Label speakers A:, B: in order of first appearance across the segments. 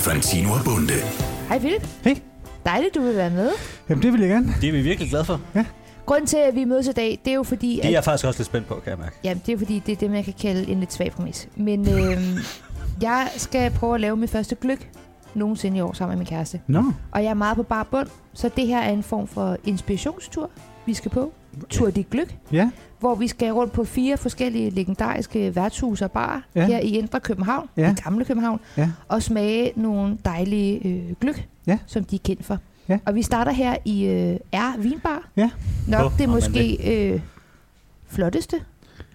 A: Fantino og Bunde.
B: Hej Philip,
C: Hej.
B: dejligt du vil være med.
C: Jamen, det vil jeg gerne.
D: Det er vi virkelig glade for.
B: Grunden til, at vi mødes i dag, det er jo fordi,
D: Det er
B: at,
D: jeg faktisk også lidt spændt på, kan jeg mærke.
B: jamen, det, er fordi, det er det, man kan kalde en lidt svag promis. Men øh, jeg skal prøve at lave min første gløk nogensinde i år sammen med min kæreste.
C: Nå,
B: Og jeg er meget på bar bund, så det her er en form for inspirationstur, vi skal på. Tur dit gløk,
C: ja.
B: hvor vi skal rundt på fire forskellige legendariske værtshus og barer ja.
C: Ja.
B: her i Indre København, ja.
C: Ja.
B: i Gamle København,
C: Ja.
B: og smage nogle dejlige øh, gløk,
C: Ja.
B: som de er kendt for.
C: Ja.
B: Og vi starter her i øh, R Vinbar.
C: Ja.
B: Nok
D: Åh,
B: oh, det
D: om man
B: måske øh, flotteste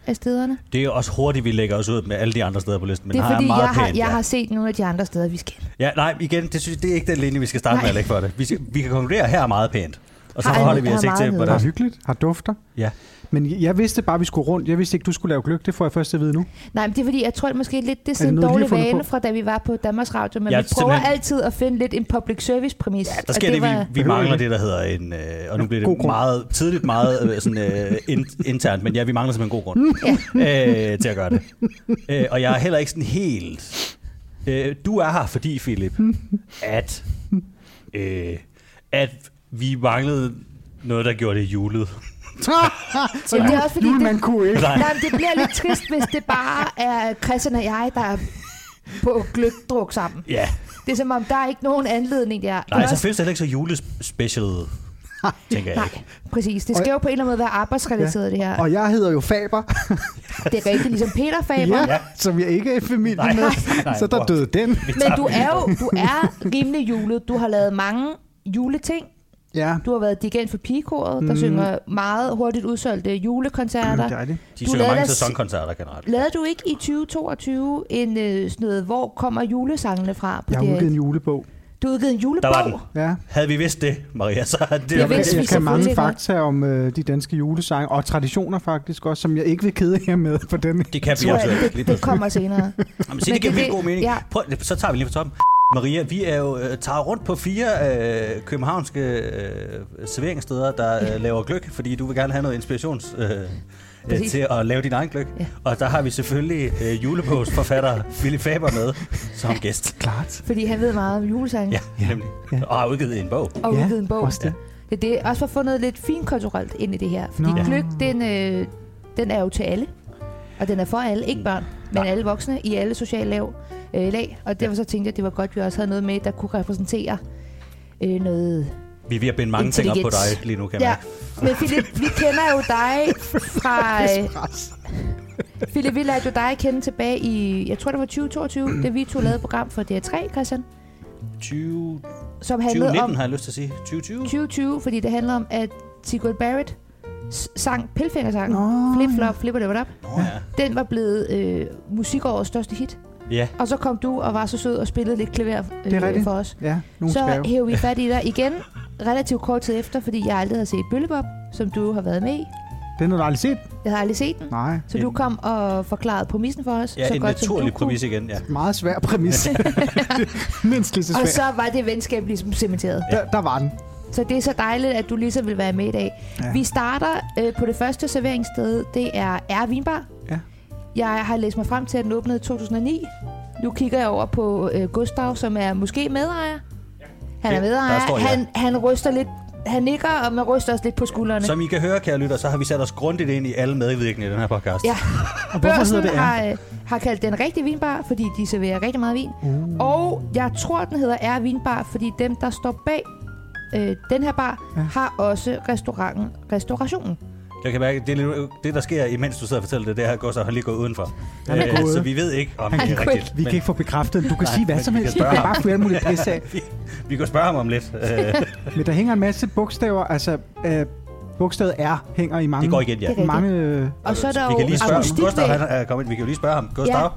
B: af stederne.
D: Det er jo også hurtigt, vi lægger os ud med alle de andre steder på listen. Men
B: det er
D: her
B: fordi,
D: meget
B: jeg, har,
D: pænt,
B: jeg
D: ja.
B: har set nogle af de andre steder, vi skal.
D: ja. nej, igen, det, synes, det er ikke den linje, vi skal starte
B: Nej.
D: med at lægge for det. Vi, skal, vi kan konkludere, at her er meget pænt. Og så
B: Har-
D: holder vi
B: har
D: os ikke til,
B: meget
C: Det
D: hvordan...
C: er hyggeligt. Har dufter.
D: Ja.
C: Men jeg- jeg vidste bare, vi skulle rundt. Jeg vidste ikke, du skulle lave gløk. Det får jeg først at vide nu.
B: Nej, men det er fordi, jeg tror at måske lidt, det er sådan en
C: noget, du lige
B: dårlig
C: har fundet
B: vane
C: på?
B: fra, da vi var på Danmarks Radio, men
D: Ja,
B: vi prøver
D: simpelthen.
B: altid at finde lidt en public service præmis. Ja,
D: Der sker det,
B: var,
D: vi, vi mangler det, der hedder en... Øh, og nu bliver
C: God
D: det
C: grund.
D: meget, tidligt meget øh, sådan, øh, in, internt, men ja, vi mangler simpelthen en god grund øh, til at gøre det. Øh, og jeg er heller ikke sådan helt... Øh, du er her, fordi, Philip, at, øh, at vi manglede noget, der gjorde det julet.
C: Så
B: Jamen, det er også fordi,
C: Julemand
B: det-
C: kunne ikke.
D: Nej.
B: Nej, men det bliver lidt trist, hvis det bare er Christian og jeg, der er på gløgdruk sammen.
D: Ja,
B: Det er som om, der er ikke nogen anledning der.
D: nej, så
B: Også-
D: føles det heller ikke så julespecial, tænker jeg.
B: Nej, præcis. Det skal jo på en eller anden måde være arbejdsrelateret, det her.
C: Og jeg hedder jo Faber,
B: Det er rigtigt, ligesom Peter Faber.
C: ja,
D: Ja.
C: som jeg ikke er i familie
D: Nej,
C: med.
D: nej, nej,
C: så der
D: bror.
C: døde den.
B: Men du er jo du er rimelig julet. Du har lavet mange juleting.
C: Ja,
B: Du har været dirigent for pigekoret, der synger meget hurtigt udsolgte julekoncerter.
C: Mm. det er det.
D: De
B: Du
D: synger
B: lavede
D: mange
B: da-
D: sæsonkoncerter generelt.
B: Lavede du ikke i 2022 en øh, sådan noget, hvor kommer julesangene fra? På
C: Jeg har
B: DR1?
C: udgivet en julebog.
B: Du har udgivet en julebog?
D: Der var den.
C: Ja.
D: Havde vi vidst det, Maria, så havde det...
B: Jeg
C: Jeg,
B: vidste vi
C: jeg kan mange
B: selvfølgelig godt.
C: fakta om øh, de danske julesange, og traditioner faktisk også, som jeg ikke vil kede jer med på den
D: Det kan vi
B: Tror
D: også.
B: jeg, det, det kommer senere.
D: Jamen, se,
B: Men
D: det giver
B: det-
D: vildt god
B: det-
D: mening.
B: ja.
D: Ja. Prøv, så tager vi lige på toppen. Maria, vi er jo øh, tager rundt på fire øh, københavnske øh, serveringssteder, der øh, laver gløk, fordi du vil gerne have noget inspirations øh, øh,
B: Præcis.
D: til at lave din egen gløk.
B: Ja.
D: Ja. Og der har vi selvfølgelig øh, julebogsforfatter Philip Faber med som gæst.
C: Klart.
B: Fordi han ved meget om julesange
D: Ja,
B: ja.
D: nemlig.
C: Ja.
D: Og har udgivet en bog.
B: og
C: Ja,
B: udgivet en bog.
C: også det.
B: Ja, det er også for at få noget lidt finkulturelt ind i det her. Fordi
C: Nå.
B: gløk, den, øh, den er jo til alle. Og den er for alle, ikke børn, men
D: Nej.
B: alle voksne i alle sociale lav, øh, lag. Og derfor så tænkte jeg, at det var godt, at vi også havde noget med, der kunne repræsentere øh, noget
D: Vi er ved at binde mange ting op på
B: Intelligens.
D: dig lige nu, kan jeg
B: Ja,
D: mærke.
B: men Philip, vi kender jo dig fra... Philip, vi lærte jo dig at kende tilbage i, jeg tror det var 2022, da vi to lavede et program for DR3, Christian,
D: 20,
B: som handlede
D: 2019
B: om
D: har jeg lyst til at sige. 2020?
B: 2020, fordi det handler om, at Sigurd Barrett sang Pilfingersangen,
C: Nå,
B: Flip Flop, Flipper It Up,
D: Nå, ja.
B: den var blevet øh, musikårets største hit.
D: ja.
B: Og så kom du og var så sød og spillede lidt klaver
C: Det er
B: øh,
C: rigtigt.
B: for os.
C: Ja, nogle
B: Så
C: skærve.
B: hæver vi fat i dig igen, relativt kort tid efter, fordi jeg aldrig havde set Bøllebop, som du har været med i.
C: Den har du aldrig set?
B: Jeg har aldrig set den.
C: Nej.
B: Så du kom og forklarede præmissen for os.
D: Ja,
B: så
D: en
B: godt, som du
D: naturlig
B: kunne.
D: præmis igen, ja.
C: Meget svær præmis. Mindst lige så
B: Og
C: svær.
B: så var det venskab ligesom cementeret.
C: Der, der var den.
B: Så det er så dejligt, at du lige så vil være med i dag. Ja.
C: Ja.
B: Vi starter øh, på det første serveringssted. Det er R. Vinbar.
C: Ja.
B: Jeg har læst mig frem til, at den åbnede i 2009. Nu kigger jeg over på øh, Gustav, som er måske medejer. Han er
D: Det-
B: medejer.
D: der står ja.
B: Han, han ryster lidt. Han nikker, og man ryster også lidt på skuldrene.
D: Som I kan høre, kære lytter, så har vi sat os grundigt ind i alle medvirkende i den her podcast.
B: Ja.
C: Og hvorfor
B: Børsen
C: hedder det
B: det
C: R?
B: har, øh, har kaldt den rigtig vinbar, fordi de serverer rigtig meget vin. Uh. Og jeg tror, den hedder R Vinbar, fordi dem, der står bag øh, den her bar, ja. har også restauranten Restaurationen.
D: Jeg kan mærke, det, er lidt- det der sker, imens du sidder og fortæller det, det her går så har lige gået udenfor. Øh,
C: Han er gået.
D: så vi ved ikke, om
C: Han
D: det
C: er
D: er
B: gået.
D: rigtigt.
C: Vi kan ikke få bekræftet, du kan
D: Nej,
C: sige hvad
D: men
C: som
D: vi
C: helst.
D: kan spørge
C: Det er
D: ham.
C: bare flere mulige pisse af.
D: vi, vi kan spørge ham om lidt. Øh,
C: Men der hænger en masse bogstaver, altså øh, bogstavet R hænger i mange...
D: det går igen,
B: Det
D: ja.
B: er rigtigt.
C: Mange... Øh,
B: Og så er der
D: vi kan
B: jo
D: lige spørge ham. Gustav,
B: akustikvæg.
D: han er kommet ind. Vi kan jo lige spørge ham. Gustav, ja.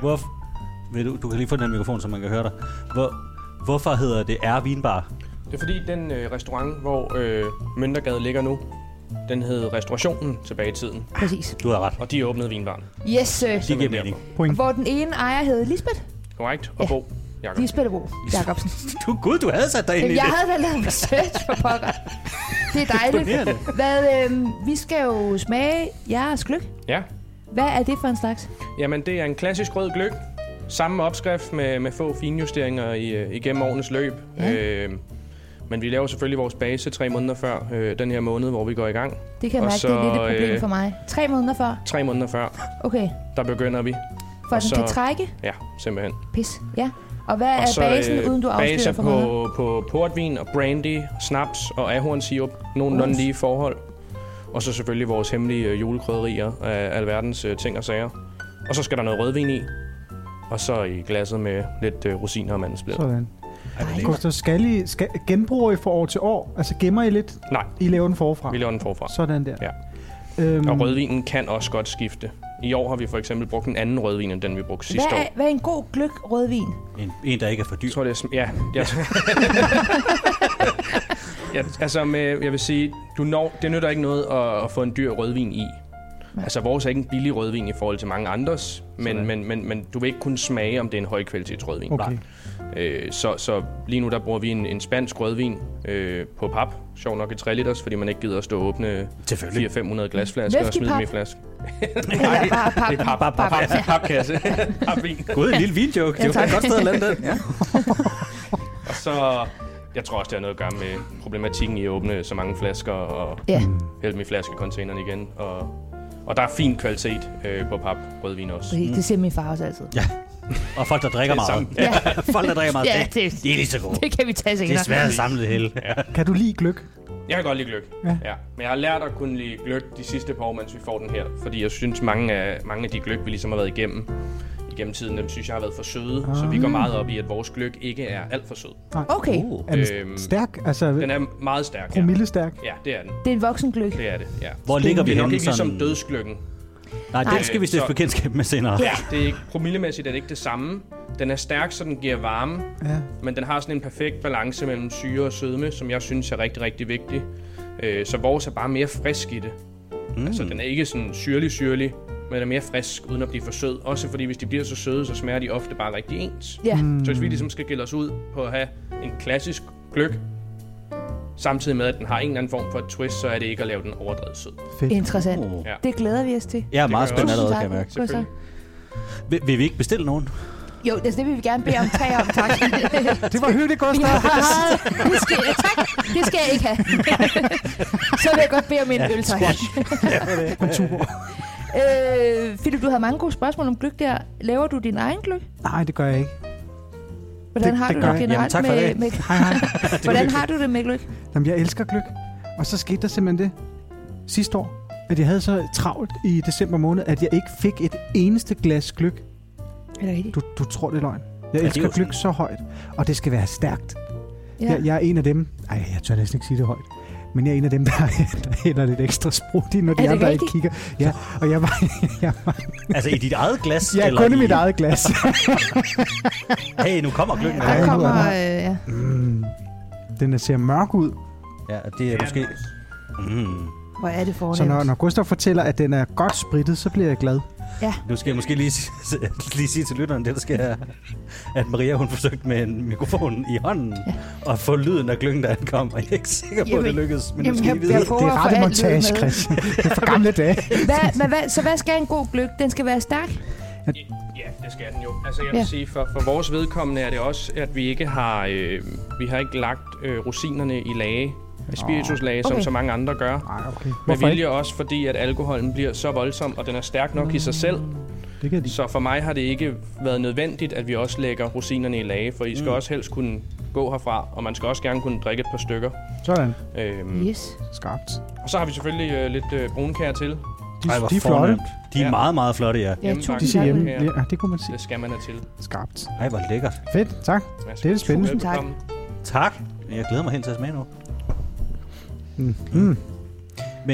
D: hvor, vil du, du kan lige få den her mikrofon, så man kan høre dig. Hvor, hvorfor hedder det R Vinbar?
E: Det er fordi den øh, restaurant, hvor øh, Møntergade ligger nu, den hed Restaurationen tilbage i tiden,
B: Præcis.
D: Du har ret.
E: og de åbnede vinbaren.
B: Yes, sir.
D: Det giver mening.
C: point.
B: Hvor den ene ejer hed Lisbeth.
E: Korrekt? Og
B: Ja.
E: ja. Bo Jacob.
B: Lisbeth Bo Jacobsen.
D: Du, gud, du havde sat dig ind i
B: Jeg
D: det.
B: havde da lavet research for pokker. Det er dejligt. Hvad, øh, vi skal jo smage jeres gløk.
E: Ja.
B: Hvad er det for en slags?
E: Jamen, det er en klassisk rød gløk, Samme opskrift med, med få finjusteringer i, øh, igennem årenes løb.
B: Ja.
E: Øh, men vi laver selvfølgelig vores base tre måneder før øh, den her måned, hvor vi går i gang.
B: Det kan jeg
E: Og
B: mærke, det er lidt et
E: så,
B: problem
E: øh,
B: for mig. Tre måneder før.
E: Tre måneder før,
B: Okay.
E: der begynder vi.
B: For
E: og
B: den
E: så-
B: kan trække.
E: Ja, simpelthen.
B: Pis. Ja. Og hvad er
E: og så
B: basen,
E: øh,
B: uden du
E: baser
B: afslører for meget?
E: på, på portvin og brandy, snaps og ahornsirup. Nogenlunde
B: Uf.
E: lige forhold. Og så selvfølgelig vores hemmelige øh, julekrydderier af alverdens øh, ting og sager. Og så skal der noget rødvin i. Og så i glasset med lidt øh, rosiner og mandelsblad.
C: Sådan.
D: Ej, hvor
B: Ej.
D: lækkert.
C: Koster, skal I, skal, genbruger I fra år til år? Altså gemmer I lidt?
E: Nej,
C: I laver den forfra?
E: vi laver den forfra.
C: Sådan der.
E: Ja.
C: Øhm,
B: Mm.
E: Og rødvinen kan også godt skifte. I år har vi for eksempel brugt en anden rødvin, end den vi brugte sidste
B: Hvad
E: år.
B: er, hvad er en god gløk rødvin?
D: En, en, der ikke er for dyr.
E: Jeg tror, det er... Sm- ja, jeg... ja, altså, med, jeg vil sige, du når, det nytter ikke noget at, at få en dyr rødvin i. Altså, vores er ikke en billig rødvin i forhold til mange andres, men,
D: Sådan.
E: men, men, men du vil ikke kunne smage, om det er en højkvalitets rødvin.
C: okay.
E: Øh, så, så lige nu, der bruger vi en, en spansk rødvin øh, på pap. Sjov nok i 3 liters, fordi man ikke gider at stå og åbne
D: Selvfølgelig.
E: 400-500 glasflasker og
B: Væske i
E: smide dem i
B: pap.
E: flaske.
B: Eller bare pap.
E: Det er pap, pap, pap, pap, papkasse. Papvin.
D: Gud, en lille vinjoke.
B: Ja,
D: Det var
B: tak.
D: et godt sted at lande den. Ja.
E: Og så... Jeg tror også, det har noget at gøre med problematikken i at åbne så mange flasker og
B: Ja.
E: hælde dem i flaskecontaineren igen. Og, og der er fin kvalitet øh, på pap rødvin også.
B: Præcis, Det siger min far også altid.
D: Og folk, der drikker
E: Det er
D: meget.
E: samme.
B: Ja,
D: folk, der drikker meget,
B: Ja,
D: det,
B: det-
D: de er lige så gode.
B: det kan vi tage
D: Det
B: senere.
D: er svært at samle det hele.
C: Kan du lide gløk?
E: Jeg kan godt lide gløk.
C: Ja.
E: Ja. Men jeg har lært at kunne lide gløk de sidste par år, mens vi får den her. Fordi jeg synes, mange af, mange af de gløk, vi ligesom har været igennem igennem tiden, dem synes jeg har været for søde. Ah. Så vi går meget op i, at vores gløk ikke er alt for sød.
B: Okay,
D: Uh,
C: Er den
E: Øhm,
C: stærk? Altså,
E: Den er meget stærk. Ja,
C: promillestærk?
E: ja det er den.
B: det er en voksen gløk.
E: Det er det, ja.
D: hvor ligger vi
E: Det er nok
D: henne?
E: ikke ligesom
D: Sådan...
E: dødsgløkken.
D: Nej, det skal vi
E: Nej,
D: stifte
E: så-
D: bekendtskab med senere.
E: Ja. Det er ikke, promillemæssigt er det ikke det samme. Den er stærk, så den giver varme,
C: Ja.
E: men den har sådan en perfekt balance mellem syre og sødme, som jeg synes er rigtig, rigtig vigtig. Øh, så vores er bare mere frisk i det. Mm. Altså, den er ikke sådan syrlig, syrlig, men den er mere frisk, uden at blive for sød. Også fordi, hvis de bliver så søde, så smager de ofte bare rigtig ens.
B: Ja,
E: Mm. Så hvis vi ligesom skal gælde os ud på at have en klassisk gløk, samtidig med, at den har en eller anden form for et twist, så er det ikke at lave den overdrevet sød.
C: Fedt.
B: interessant.
D: Uh.
E: Ja.
B: Det glæder vi os til.
D: Jeg er meget
E: Det gør jeg
D: spændt
E: også.
D: allerede,
B: Tusind
D: kan jeg
B: tak.
D: mærke.
B: Godt så.
D: Vil, vil vi ikke bestille nogen?
B: Jo, altså det vil vi gerne bede om. Tre om, tak.
C: Det var hyggeligt,
B: Vi
C: Gustav.
B: har meget... Det skal, ja, tak. Det skal jeg ikke have. Så vil jeg godt bede om en øl, tak. Øh, Philip, du havde mange gode spørgsmål om gløk der. Laver du din egen gløk?
C: Nej, det gør jeg ikke.
B: Hvordan
C: Det-
B: har
C: det
B: du
C: gør
B: det
C: jeg.
D: Jamen,
B: generelt
D: tak for
B: med,
D: det.
B: med...
C: Hej, hej.
B: Hvordan har du det med gløk?
C: Jamen, jeg elsker gløk. Og så skete der simpelthen det sidste år, at jeg havde så travlt i december måned, at jeg ikke fik et eneste glas gløk.
B: Er det rigtigt?
C: Du, du tror, det er løgn. Jeg
D: det er
C: elsker
D: jo
C: gløk så højt, og det skal være stærkt.
B: Ja.
C: Jeg, jeg er en af dem. Ej, jeg tør næsten ikke sige det højt. Men jeg er en af dem, der, der hælder lidt ekstra sprut i, når
B: Er
C: de
B: det
C: andre ikke
B: rigtigt?
C: kigger. Ja, og jeg var, jeg var
D: Altså i dit eget glas?
C: jeg er
D: eller
C: kun i
D: i
C: mit eget glas.
D: Hey, nu kommer
B: Ej,
D: gløggen.
B: der
C: Ja, nu er
B: kommer...
C: den
B: Øh, ja.
C: Mm, den der ser mørk ud.
D: Ja, det er måske... Mm.
B: Hvor er det fornemt?
C: Så når, når Gustav fortæller, at den er godt sprittet, så bliver jeg glad.
D: Nu skal jeg måske lige, s- lige sige til lytteren, det der sker, er, at Maria hun forsøgte med en mikrofon i hånden at få lyden af gløggen, der ankom, og jeg er ikke sikker på, at det
B: Jamen,
D: lykkedes, men nu
B: jamen,
D: skal I
B: jeg-
D: vide.
B: jeg
D: det.
B: prøver-
C: Det
B: at
C: er
B: få
C: rette
B: alt
C: montage,
B: lyden med.
C: Christian. Det er fra gamle dage.
B: Hvad, men hvad, så hvad skal en god gløk? Den skal være stærk?
E: Ja, det skal den jo. Altså jeg vil
B: Ja.
E: ja. sige, for, for vores vedkommende er det også, at vi ikke har, øh, vi har ikke lagt øh, rosinerne i lage, spirituslage, okay.
B: Okay.
E: som så mange andre gør.
C: Nej, okay.
E: Med
C: Hvorfor
E: vilje
C: ikke?
E: også, fordi at alkoholen bliver så voldsom, og den er stærk nok i sig selv.
C: Det kan de.
E: Så for mig har det ikke været nødvendigt, at vi også lægger rosinerne i lage, for I skal mm. også helst kunne gå herfra, og man skal også gerne kunne drikke et par stykker.
C: Sådan.
E: Øhm,
B: Mm. Yes.
C: Skarpt.
E: Og så har vi selvfølgelig øh, lidt øh, brunkær til.
C: De,
D: Ej, hvor
C: de er flotte.
D: fornemt. De er
E: Ja.
D: meget, meget flotte, ja.
B: Ja,
E: Hjemmebagt.
C: De
B: tusind
C: ser
B: tak.
C: hjemme.
E: Ja.
C: Ja, det kunne man sige.
E: Det skal man have til.
C: Skarpt.
D: Ej, hvor lækkert.
C: Fedt, tak.
E: Mads,
C: Det er lidt spændende.
B: Tusind tak.
E: velkommen.
D: Tak. Jeg glæder mig hen til at smage nu.
C: Mm.
D: Men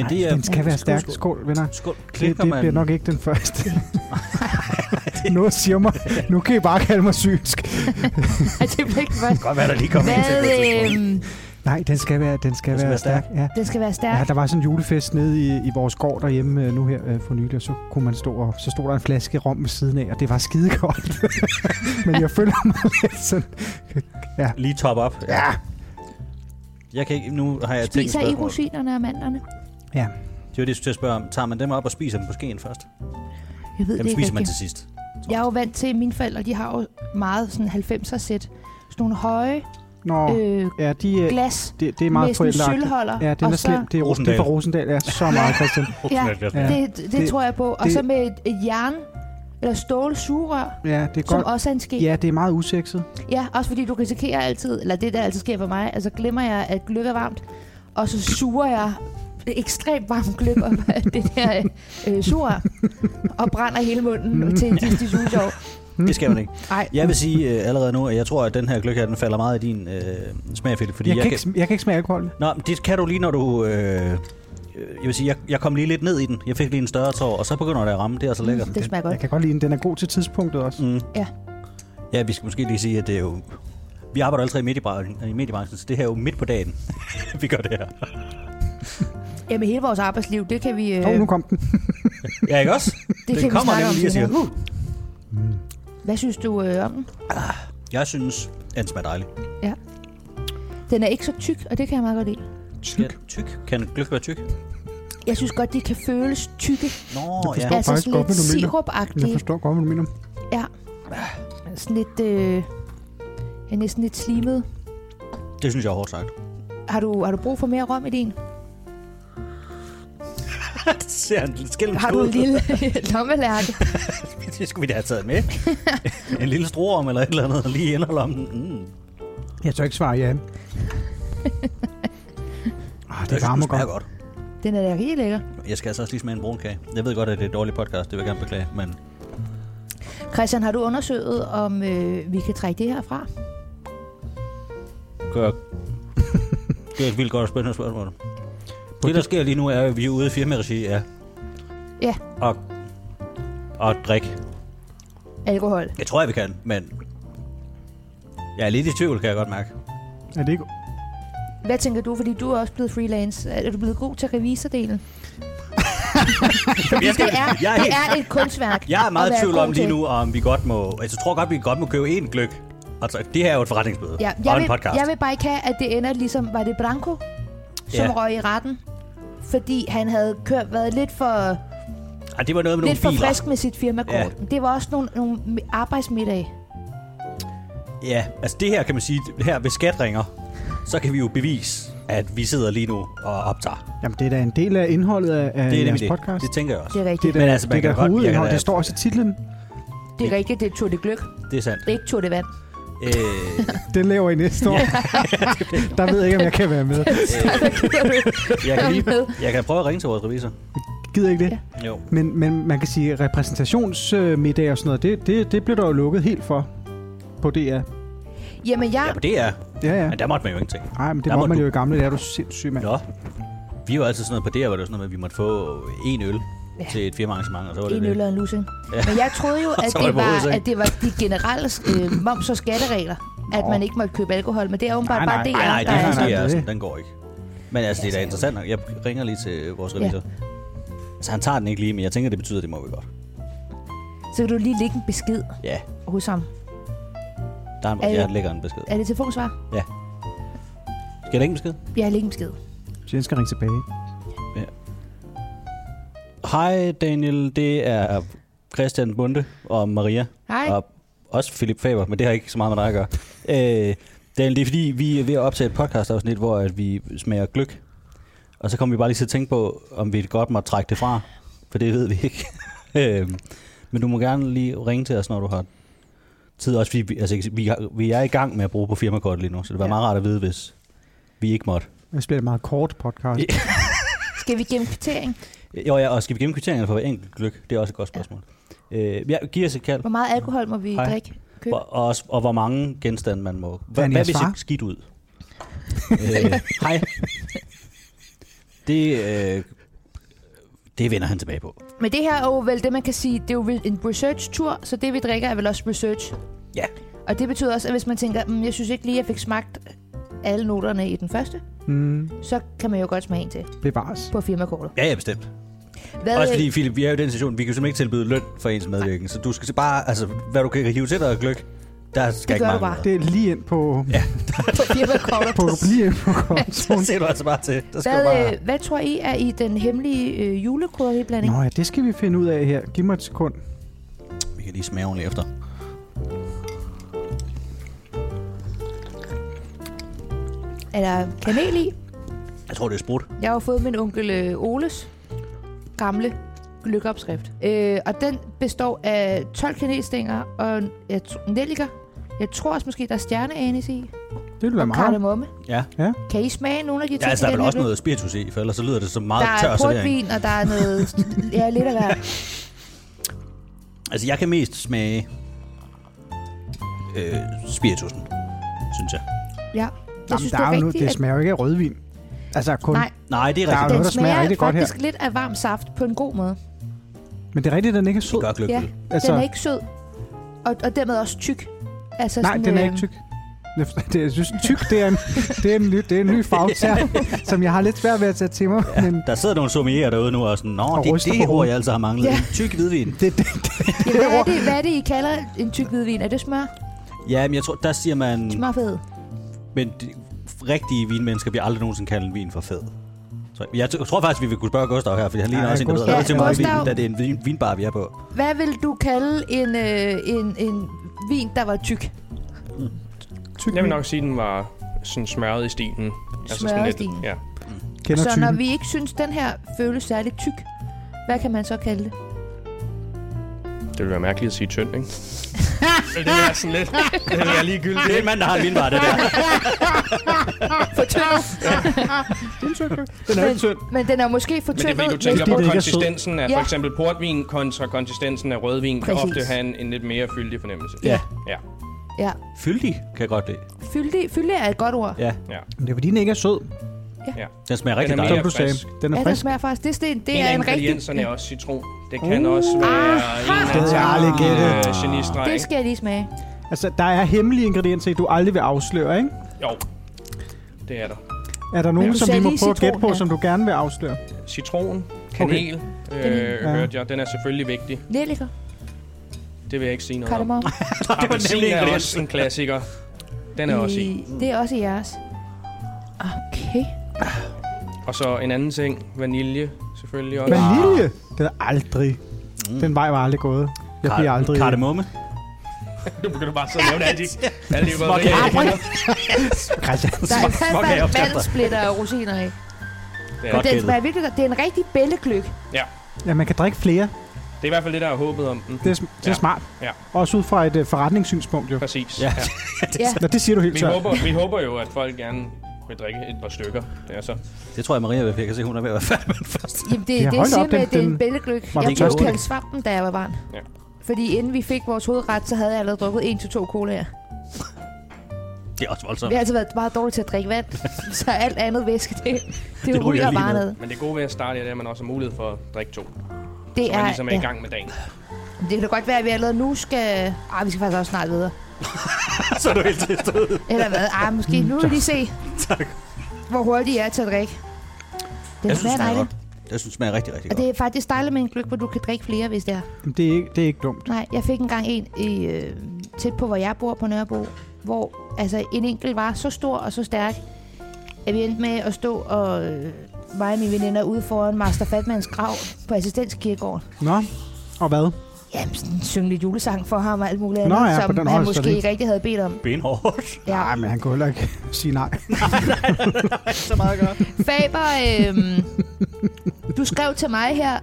C: Ej,
D: det er...
C: den skal være
D: Skål,
C: stærk.
D: skål.
C: Skål, venner.
D: Skål.
C: Det,
D: Klikker
C: det
D: man...
C: bliver nok ikke den første. Noget siger mig, nu kan I bare kalde mig sysk.
B: Ej, det bliver ikke først.
D: Det kan godt være, der lige kommer en til
B: Hvad,
D: på et tidspunkt.
B: øhm,
C: Nej, den skal være, den skal
D: Den skal
C: være
D: være
C: stærk.
D: stærk.
C: Ja.
B: den skal være stærk.
C: Ja, der var sådan en julefest nede i, i vores gård derhjemme øh, nu her øh, for nylig, og så kunne man stå, og så stod der en flaske rom ved siden af, og det var skide godt. Men jeg føler mig lidt sådan...
D: Lige top op.
C: Ja,
D: Jeg kan ikke... Nu har jeg tænkt
B: Spiser I
D: spørgsmål.
B: rosinerne og mandlerne?
C: ja.
D: Det var det, jeg skulle til at spørge om. Tager man dem op og spiser dem på skeen først?
B: Jeg ved
D: Dem
B: det ikke
D: spiser man
B: rigtigt.
D: til sidst.
B: Jeg er jo vant til, at mine forældre, de har jo meget sådan 90'er sæt. Sådan nogle høje
C: Nå,
B: øh,
C: ja, de, øh,
B: glas
C: det, det er
B: med
C: meget
B: sådan en
C: forældreagtigt.
B: sølvholder.
C: Ja, den
B: og
C: er
B: så,
C: slem. Det er, Ros- det er
D: Rosendal.
C: fra Rosendal. Ja, så meget, Christian.
B: Ja,
C: Ja.
B: det, det, det,
C: Det-
B: tror jeg på. Og
C: det-
B: så med et, et jern eller stålsugerør,
C: Ja, det er
B: som
C: godt.
B: også er en ske.
C: Ja, det er meget usekset.
B: Ja, også fordi du risikerer altid, eller det der altid sker for mig, altså glemmer jeg, at gløk er varmt, og så suger jeg ekstremt varm gløk op af det der øh, sugerør, og brænder hele
C: Mm.
B: munden til en distillusionssov.
D: Det skal man ikke.
B: Nej,
D: Jeg vil sige øh, allerede nu, at jeg tror, at den her gløk her, den falder meget i din øh, smag, Philip. Fordi
C: Jeg, jeg, kan ikke, sm- jeg kan ikke smage alkohol.
D: Nå, men det kan du lige, når du... Øh, øh, jeg vil sige, jeg, jeg kom lige lidt ned i den. Jeg fik lige en større tår, og så begynder det at ramme. Det er så lækkert.
B: Mm, det smager
C: Jeg
B: godt.
C: kan godt lide den. Den er god til tidspunktet også.
D: Mm.
B: Ja.
D: Ja, vi skal måske lige sige, at det er jo... Vi arbejder altid i mediebranchen, i mediebranchen, så det her er jo midt på dagen, vi gør det her.
B: Jamen hele vores arbejdsliv, det kan vi... Øh,
C: Åh, oh, nu kom den.
D: Ja, ikke også?
B: det
D: den
B: kan vi
D: kommer
B: snakke om
D: nemlig lige og siger,
B: senere. Uh. Hvad synes du øh, om den?
D: Jeg synes, den smager dejlig.
B: Den er ikke så tyk, og det kan jeg meget godt lide.
D: Tyk. Ja, tyk. Kan gløk være tyk?
B: Jeg synes godt, de kan føles tykke.
D: Nå,
C: Jeg
D: ja.
C: forstår.
B: altså
C: faktisk
B: sådan
C: godt,
B: lidt
C: hvad du mener. Jeg
B: sirupagtige.
C: forstår godt, hvad du mener.
B: Ja. Sådan lidt... Øh, ja, næsten lidt slimet.
D: Det synes jeg er hårdt sagt.
B: Har du, har du brug for mere rom i din?
D: det ser en lidt skældt
B: Har du en lille lommelærke?
D: det skulle vi da have taget med. en lille strorum eller et eller andet lige i inderlommen. Mm.
C: Jeg tør ikke svare ja. Ah, det
D: Jeg synes,
C: varmer
D: smager
C: godt.
D: godt.
B: Den er da helt lækker.
D: Jeg skal altså også lige smage en brun kage. Jeg ved godt, at det er et dårligt podcast, det vil jeg gerne beklage, men
B: Christian, har du undersøgt, om øh, vi kan trække det her fra?
D: gør... det er et vildt godt og spændende spørgsmål. Det, der sker lige nu, er, at vi er ude i firmaregi af
B: Ja,
D: og, og drikke.
B: alkohol.
D: Jeg tror, jeg vi kan, men jeg er lidt i tvivl, kan jeg godt mærke.
C: Er det ikke?
B: Hvad tænker du, fordi du er også blevet freelance? Er du blevet god til revisordelen?
D: Jeg,
B: Det er,
D: jeg, er
B: det
D: helt,
B: er et kunstværk.
D: jeg er meget
B: at
D: i
B: være
D: tvivl
B: god
D: om lige
B: til.
D: nu, om vi godt må... Altså, jeg tror godt, vi godt må købe én gløk. Altså, det her er jo et forretningsmøde
B: Ja,
D: og
B: jeg,
D: en
B: vil,
D: podcast.
B: jeg vil bare ikke have, at det ender ligesom, var det Branko, som
D: Ja.
B: røg i retten? Fordi han havde kørt, været lidt for,
D: Ej, det var noget med
B: lidt for
D: nogle biler.
B: frisk med sit firmakort. Ja. Det var også nogle, nogle arbejdsmiddage.
D: Ja, altså det her kan man sige, det her ved skat ringer, så kan vi jo bevise, at vi sidder lige nu og optager.
C: Jamen, det er da en del af indholdet af, af
D: Det er
C: jeres
D: nemlig det.
C: podcast.
D: Det tænker jeg også.
B: Det er rigtigt.
C: Det er da,
D: Men altså, man
C: det er
D: kan
C: da
D: godt- jeg kan
C: hovedindholdet.
D: da-
C: Det står også i titlen.
B: Det er rigtigt, det er Tour de Gløk.
D: Det er sandt.
B: Det er ikke Tour de Vand.
D: Øh,
C: Den laver I næste år. Der ved jeg ikke, om jeg kan være med.
D: jeg, kan lige, jeg kan prøve at ringe til vores revisor.
C: Gider ikke det?
B: Ja.
D: Jo.
C: Men, men man kan sige, at repræsentationsmiddag og sådan noget, det, det, det blev der jo lukket helt for på DR. Ja,
B: Jamen, jeg,
D: Ja, men det er.
C: ja.
D: Men der måtte man jo ingenting.
C: Nej, men det
D: Der
C: må
D: måtte
C: man
D: du-
C: jo i gamle dage. Er du sindssyg, mand?
D: Nå. Vi var altid sådan noget på DR, hvor det var sådan noget med, at vi måtte få en øl ja. til et firmaarrangement, og så var det
B: en øl
D: det.
B: og en lussing. Ja. Men jeg troede jo, at
D: Så
B: det,
D: var det på
B: var,
D: hovedet, ikke?
B: at det var de generelle øh, moms- og skatteregler, at man ikke måtte købe alkohol. Men det er åbenbart
C: Nej,
B: bare det,
D: Nej, nej, det
B: der
D: er
C: Nej,
D: fordi,
C: nej,
D: jeg er
C: det-
D: sådan, altså, den går ikke. Men altså, det er da interessant nok. Jeg ringer lige til vores revisor. Så han tager den ikke lige, men jeg tænker, det betyder, at det må vi godt.
B: Så kan du lige lægge en besked
D: Ja,
B: hos ham.
D: der er en,
B: Er det-
D: jeg lægger en besked.
B: Er det telefonsvar?
D: Ja. Skal jeg lægge en besked?
B: Ja, læg en besked.
C: Så jeg skal ringe tilbage.
D: Hej Daniel, det er Christian Bunde og Maria.
B: Hej.
D: Og også Philip Faber, men det har ikke så meget med dig at gøre. Øh, Daniel, det er fordi, vi er ved at optage et podcastafsnit, hvor at vi smager gløk. Og så kommer vi bare lige til at tænke på, om vi godt må trække det fra. For det ved vi ikke. øh, men du må gerne lige ringe til os, når du har tid. Også fordi vi, altså, vi, har, vi er i gang med at bruge på firmakortet lige nu, så det var ja.
B: Ja.
D: meget rart at vide, hvis vi ikke måtte.
C: Det bliver et meget kort podcast.
D: Ja.
B: Skal vi gennem kvittering?
D: Jo, ja, og skal vi gemme kvitteringerne for hver enkelt gløk? Det er også et godt spørgsmål. Øh, ja, giv os et kald.
B: Hvor meget alkohol må vi
D: Hej.
B: drikke? Køb?
D: Og, og, også, og hvor mange genstande man må. Hva,
C: Hvad er
D: hvad
C: jeres
D: hvis
C: far?
D: ikke skidt ud? øh, hej. Det, øh, det vender han tilbage på.
B: Men det her er jo vel det, man kan sige, det er jo vel en research-tur, så det, vi drikker, er vel også research.
D: Ja.
B: Og det betyder også, at hvis man tænker, mm, jeg synes ikke lige, jeg fik smagt alle noterne i den første,
C: Mm,
B: så kan man jo godt smage en til
C: bevares.
B: på firmakortet.
D: Ja, ja, bestemt.
B: Hvad,
D: Også fordi, Philip, vi er jo i den situation, vi kan jo simpelthen ikke tilbyde løn for ens medvirken. Så du skal bare, altså, hvad du kan hive til dig af gløk, der skal
B: gør
D: ikke
B: du
D: mange.
B: bare.
D: med.
C: Det er lige ind på... Ja.
B: på firmakortet?
C: på lige ind på kontoen.
D: Så ser du altså bare til. Der skal
B: Hvad,
D: du bare...
B: øh, hvad tror I er i den hemmelige øh, julekrydderi-blanding?
C: Nå ja, det skal vi finde ud af her. Giv mig et sekund.
B: øh,
D: Vi kan lige smage ordentligt efter.
B: Er der kanel i?
D: Jeg tror, det er sprudt.
B: Jeg har jo fået min onkel øh, Oles gamle lykkeopskrift. Øh, og den består af 12 kanelstænger og jeg tr- nelliker. Jeg tror også måske, der er stjerneanis i.
C: Det ville være meget.
B: Kardemomme.
D: Ja.
B: Kan I smage nogle af de ting?
D: Ja, altså, der er
B: i den
D: vel
B: her
D: også
B: løk?
D: noget spiritus i, for ellers så lyder det så meget
B: Der
D: tør
B: er
D: servering.
B: portvin, og der er noget... ja, lidt af hvert.
D: Altså, jeg kan mest smage øh, spiritusen, synes jeg.
B: Ja. Jeg
C: Jamen,
B: synes,
C: der
B: det
C: er
B: er
C: jo nu,
B: rigtigt,
C: det smager jo ikke af rødvin. Altså kun...
B: Nej,
D: Nej, det er
C: Der er
D: rigtigt.
C: noget,
B: den
C: der smager
B: smager
C: rigtig godt her.
B: faktisk lidt af varm saft på en god måde.
C: Men det er rigtigt, at den ikke er sød.
D: Det gør
B: Ja,
D: gløbøl.
C: Altså-
B: altså, den er ikke sød. Og, og dermed også tyk. Altså
C: Nej,
B: sådan,
C: den er
B: øh,
C: ikke tyk. Jeg forstår- Det, jeg synes, tyk, det er en, det er en, ny, det er en ny fagterm, som jeg har lidt svært ved at tage til mig. Ja. Men
D: Der sidder nogle sommelierer derude nu og sådan, Nå,
C: Og
D: det
C: ryster
D: er
C: på
D: det ord,
C: hovedet.
D: jeg altså har manglet.
B: Ja.
D: En Tyk hvidvin.
C: det, det,
B: Ja, hvad, er det, hvad er det, I kalder en tyk hvidvin? Er det smør?
D: Ja, men jeg tror, der siger man...
B: Smørfed?
D: Men de, rigtige vinmennesker bliver aldrig nogensinde kaldt en vin for fed. Så jeg, t- jeg tror faktisk, vi vil kunne spørge Gustav her, for han ligner
C: Ja,
D: også en, der ved
C: Gustav.
D: relativt meget om
B: Ja,
D: vin,
B: Gustav.
D: da det er en vin, vinbar, vi er på.
B: Hvad vil du kalde en, øh, en, en vin, der var tyk?
C: tyk,
E: Jeg vil nok sige, at den var sådan smørret i stilen. Altså
B: Smørret i
E: lidt-
B: stilen.
E: Ja.
C: kender
B: så
C: typen.
B: når vi ikke synes, den her føles særlig tyk, hvad kan man så kalde det?
E: Det ville være mærkeligt at sige tynd, ikke? det ville være sådan lidt... Det ville være ligegyldigt.
D: Det er en mand, der har en vinbar, det der.
C: Den er tyk. Den er
B: Men-
C: ikke tynd.
B: Men den er måske for
E: Men det er
B: tyndet.
E: fordi, du tænker
C: fordi
E: på
C: det ikke er sød.
E: konsistensen af for
B: Ja.
E: eksempel portvin kontra konsistensen af rødvin,
B: Præcis.
E: kan ofte have en, en lidt mere fyldig fornemmelse.
D: Ja.
E: Ja.
B: Ja.
D: Fyldig kan jeg godt lide.
B: Fyldig, fyldig er et godt ord.
D: Ja,
C: Men det er fordi, den ikke er sød,
D: den smager
E: Den
D: rigtig
E: er
D: dejligt.
C: som
E: mere
C: du sagde.
E: frisk.
C: Den er
B: Ja, den
C: frisk.
B: smager faktisk. Det, sten, det
E: en
B: er
E: af
B: en rigtig...
E: ingredienserne er også citron. Det kan også være en
C: Det
E: af
C: havde jeg aldrig gættet.
E: øh, genistreg.
B: Det
E: ikke?
B: skal jeg lige smage.
C: Altså, der er hemmelige ingredienser, i, du aldrig vil afsløre, ikke?
E: Jo, det er der.
C: Er der nogen,
B: Du
C: som vi
B: sagde
C: må
B: lige
C: prøve at gætte
B: citron,
C: på,
B: ja.
C: som du gerne vil afsløre?
E: Citron, kanel, øh,
B: Kanel.
E: hørte jeg. Den er selvfølgelig vigtig.
B: Nelliker,
E: Det vil jeg ikke sige noget om.
B: kardemomme.
D: det var
E: Appelsin
D: nemlig
E: er
D: ingrediensen.
E: også en klassiker. Den er også i.
B: Det er også i jeres. Okay.
E: Og så en anden ting, vanilje selvfølgelig også.
C: Vanilje? Den er aldrig. Den vej var aldrig gået. Jeg bliver
D: Kar-
C: aldrig...
D: Kardemomme.
E: Du begynder bare at sidde og nævne alle de, alle de
D: Småkager.
E: rødvin.
C: Christian,
B: Der er i hvert
D: smager jeg
B: fald
D: opkastet.
B: vandsplitter og rosiner i.
E: Det er,
D: Godt.
E: det.
B: Den
D: gættet.
B: smager virkelig godt. Det er en rigtig bællegløk.
C: Ja, man kan drikke flere.
E: det er i hvert fald det, der er håbet om den.
C: Det er, sm- det er
E: Ja.
C: smart.
E: Ja.
C: Også ud fra et uh, forretningssynspunkt, jo.
E: Præcis.
D: Ja.
E: Ja.
B: Ja.
C: Nå, det siger du helt
E: Vi,
C: klart.
E: håber, vi håber jo, at folk gerne vil drikke et par stykker. Det er så.
D: Det tror jeg, Maria vil, for jeg kan se, hun er ved at være færdig med den første.
B: Jamen, det,
C: Ja,
B: det
C: hold
B: jeg
C: da op,
B: siger med,
C: den-
B: at det er en
C: den-
B: bællegløk.
C: var
B: Jeg
C: den
B: kunne også
C: tørstig.
B: kalde svampen, da jeg var barn.
E: Ja.
B: Fordi inden vi fik vores hovedret, så havde jeg allerede drukket 1-2 colaer.
D: Det er også voldsomt.
B: Vi har altid været meget dårlige til at drikke vand, så alt andet væske, det, det, det
D: ryger
B: ryger
D: lige
B: bare
D: ned.
B: ned.
E: Men det gode ved at starte, det er, at man også har mulighed for at drikke to. Så
B: Det
E: man
B: er,
E: ligesom er i gang med dagen.
B: det kan da godt være, at vi allerede nu skal... Ah, vi skal faktisk også snart videre.
D: så er du helt til stede.
B: Eller hvad? Ah, måske nu vil de se,
D: Tak.
B: hvor hurtigt I er til at drikke. Den
D: Jeg synes,
B: smager
D: det smager
B: dejligt.
D: godt. Jeg synes, det smager rigtig, rigtig
B: Og
D: godt.
B: det er faktisk dejligt med en gløk, hvor du kan drikke flere, hvis det er.
C: Jamen, Det er ikke, det er ikke dumt.
B: Nej, jeg fik engang en i, øh, tæt på, hvor jeg bor på Nørrebro, hvor altså, en enkelt var så stor og så stærk, at vi endte med at stå og øh, mig og mine veninder ude foran Master Fatmans grav på assistenskirkegården.
C: Nå, og hvad?
B: Jamen, sådan synge lidt julesang for ham og alt muligt andet,
C: Nå ja, på
B: som
C: den
B: han
C: højeste
B: måske
C: lidt.
B: ikke rigtig havde bedt om.
D: Benhårdt.
B: Ja.
C: Nej, men han kunne heller ikke sige nej.
D: så meget godt.
B: Faber, øh, du skrev til mig her,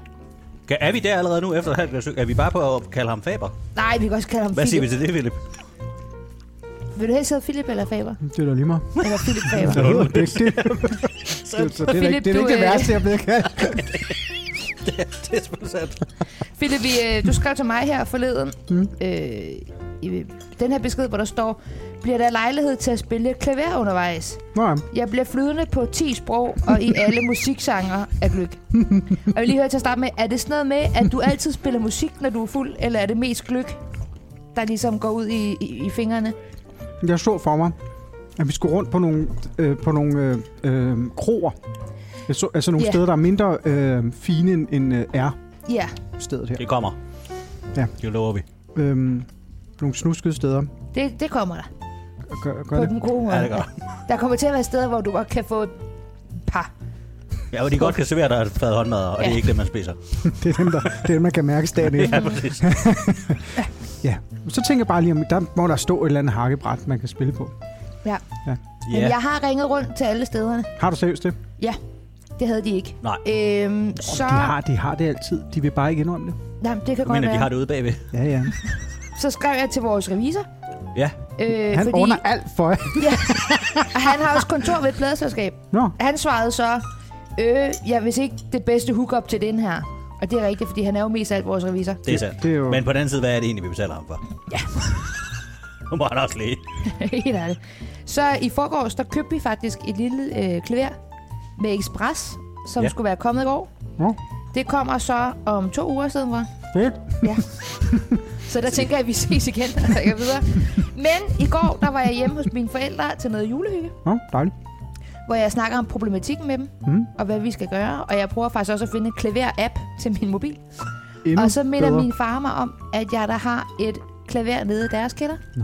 D: Kan, er vi der allerede nu efter et halvt besøg? Er vi bare på at kalde ham Faber?
B: nej, vi kan også kalde ham
D: Hvad siger vi
B: Philip.
D: til det, Philip?
B: Vil du helst hedde Philip eller Faber?
C: Det er da lige meget.
B: Eller Philip Faber?
C: Det er jo dygtigt. Så det er da ikke
B: Philip,
C: det, er
B: du,
C: ikke det
B: øh,
C: værste, jeg ved kaldt.
D: det er sgu sandt.
B: Philip, vi, øh, du skrev til mig her forleden, mm. øh, i den her besked, hvor der står, bliver der lejlighed til at spille lidt klaver undervejs?
C: Nå, ja.
B: Jeg bliver flydende på 10 sprog og i alle musikgenrer af gløk. og jeg vil lige høre til at starte med, er det sådan noget med, at du altid spiller musik, når du er fuld, eller er det mest gløk, der ligesom går ud i, i, i fingrene?
C: Jeg så for mig, at vi skulle rundt på nogle, øh, på nogle øh, øh, kroer. Jeg så, altså nogle
B: Ja.
C: yeah. steder, der er mindre øh, fine end, end øh, er
B: Ja,
C: stedet her.
D: Det kommer.
C: Ja.
D: Det lover vi.
C: Øhm, nogle snuskede steder.
B: det, det kommer der.
C: Gør, gør
B: På
C: det.
B: den gode måde.
D: Ja, det gør.
B: Der kommer til at være steder, hvor du godt kan få et par.
D: Ja, hvor de godt kan servere dig et fad håndmad, og ja. det er
B: Ja. Mm.
D: ikke det, man spiser.
C: Det er dem, der, det er dem, man kan mærke dagen efter.
D: Ja, præcis.
C: Ja. Så tænker jeg bare lige om, der må der stå et eller andet hakkebræt, man kan spille på.
B: Ja. Men
D: Ja,
B: jeg har ringet rundt til alle stederne.
C: Har du seriøst det?
B: Ja, det havde de ikke.
D: nej.
B: Øhm, så...
C: De har, de har det altid. De vil bare ikke indrømme det.
B: Nej, det kan
D: Du
B: godt
D: mener,
B: være.
D: de har det ude bagved?
C: Ja, ja.
B: Så skrev jeg til vores revisor.
D: Ja.
B: Øh,
C: Han
B: fordi,
C: ordner alt for jer.
B: ja, og han har også kontor ved et pladeselskab.
C: Nå,
B: Han svarede så, øh, jeg hvis ikke det bedste hookup til den her. Og det er rigtigt, fordi han er jo mest af alt vores revisor.
D: Det er sandt.
C: det er jo-
D: Men på den anden side, hvad er det egentlig, vi betaler ham for?
B: Ja.
D: Nu må han også lige.
B: Helt ærligt. Så i forgårs, der købte vi faktisk et lille øh, klaver med Express, som
D: Ja.
B: ja. skulle være kommet i går.
C: Nå.
B: Det kommer så om to uger siden, var.
C: fedt.
B: Ja. så der tænker jeg, at vi ses igen, og jeg videre. Men i går, der var jeg hjemme hos mine forældre til noget julehygge,
C: Nå, dejligt.
B: hvor jeg snakker om problematikken med dem,
C: Mm.
B: og hvad vi skal gøre. Og jeg prøver faktisk også at finde en klaver-app til min mobil.
C: Endnu
B: Og så minder
C: bedre.
B: min far mig om, at jeg der har et klaver nede i deres kælder,
C: Nå.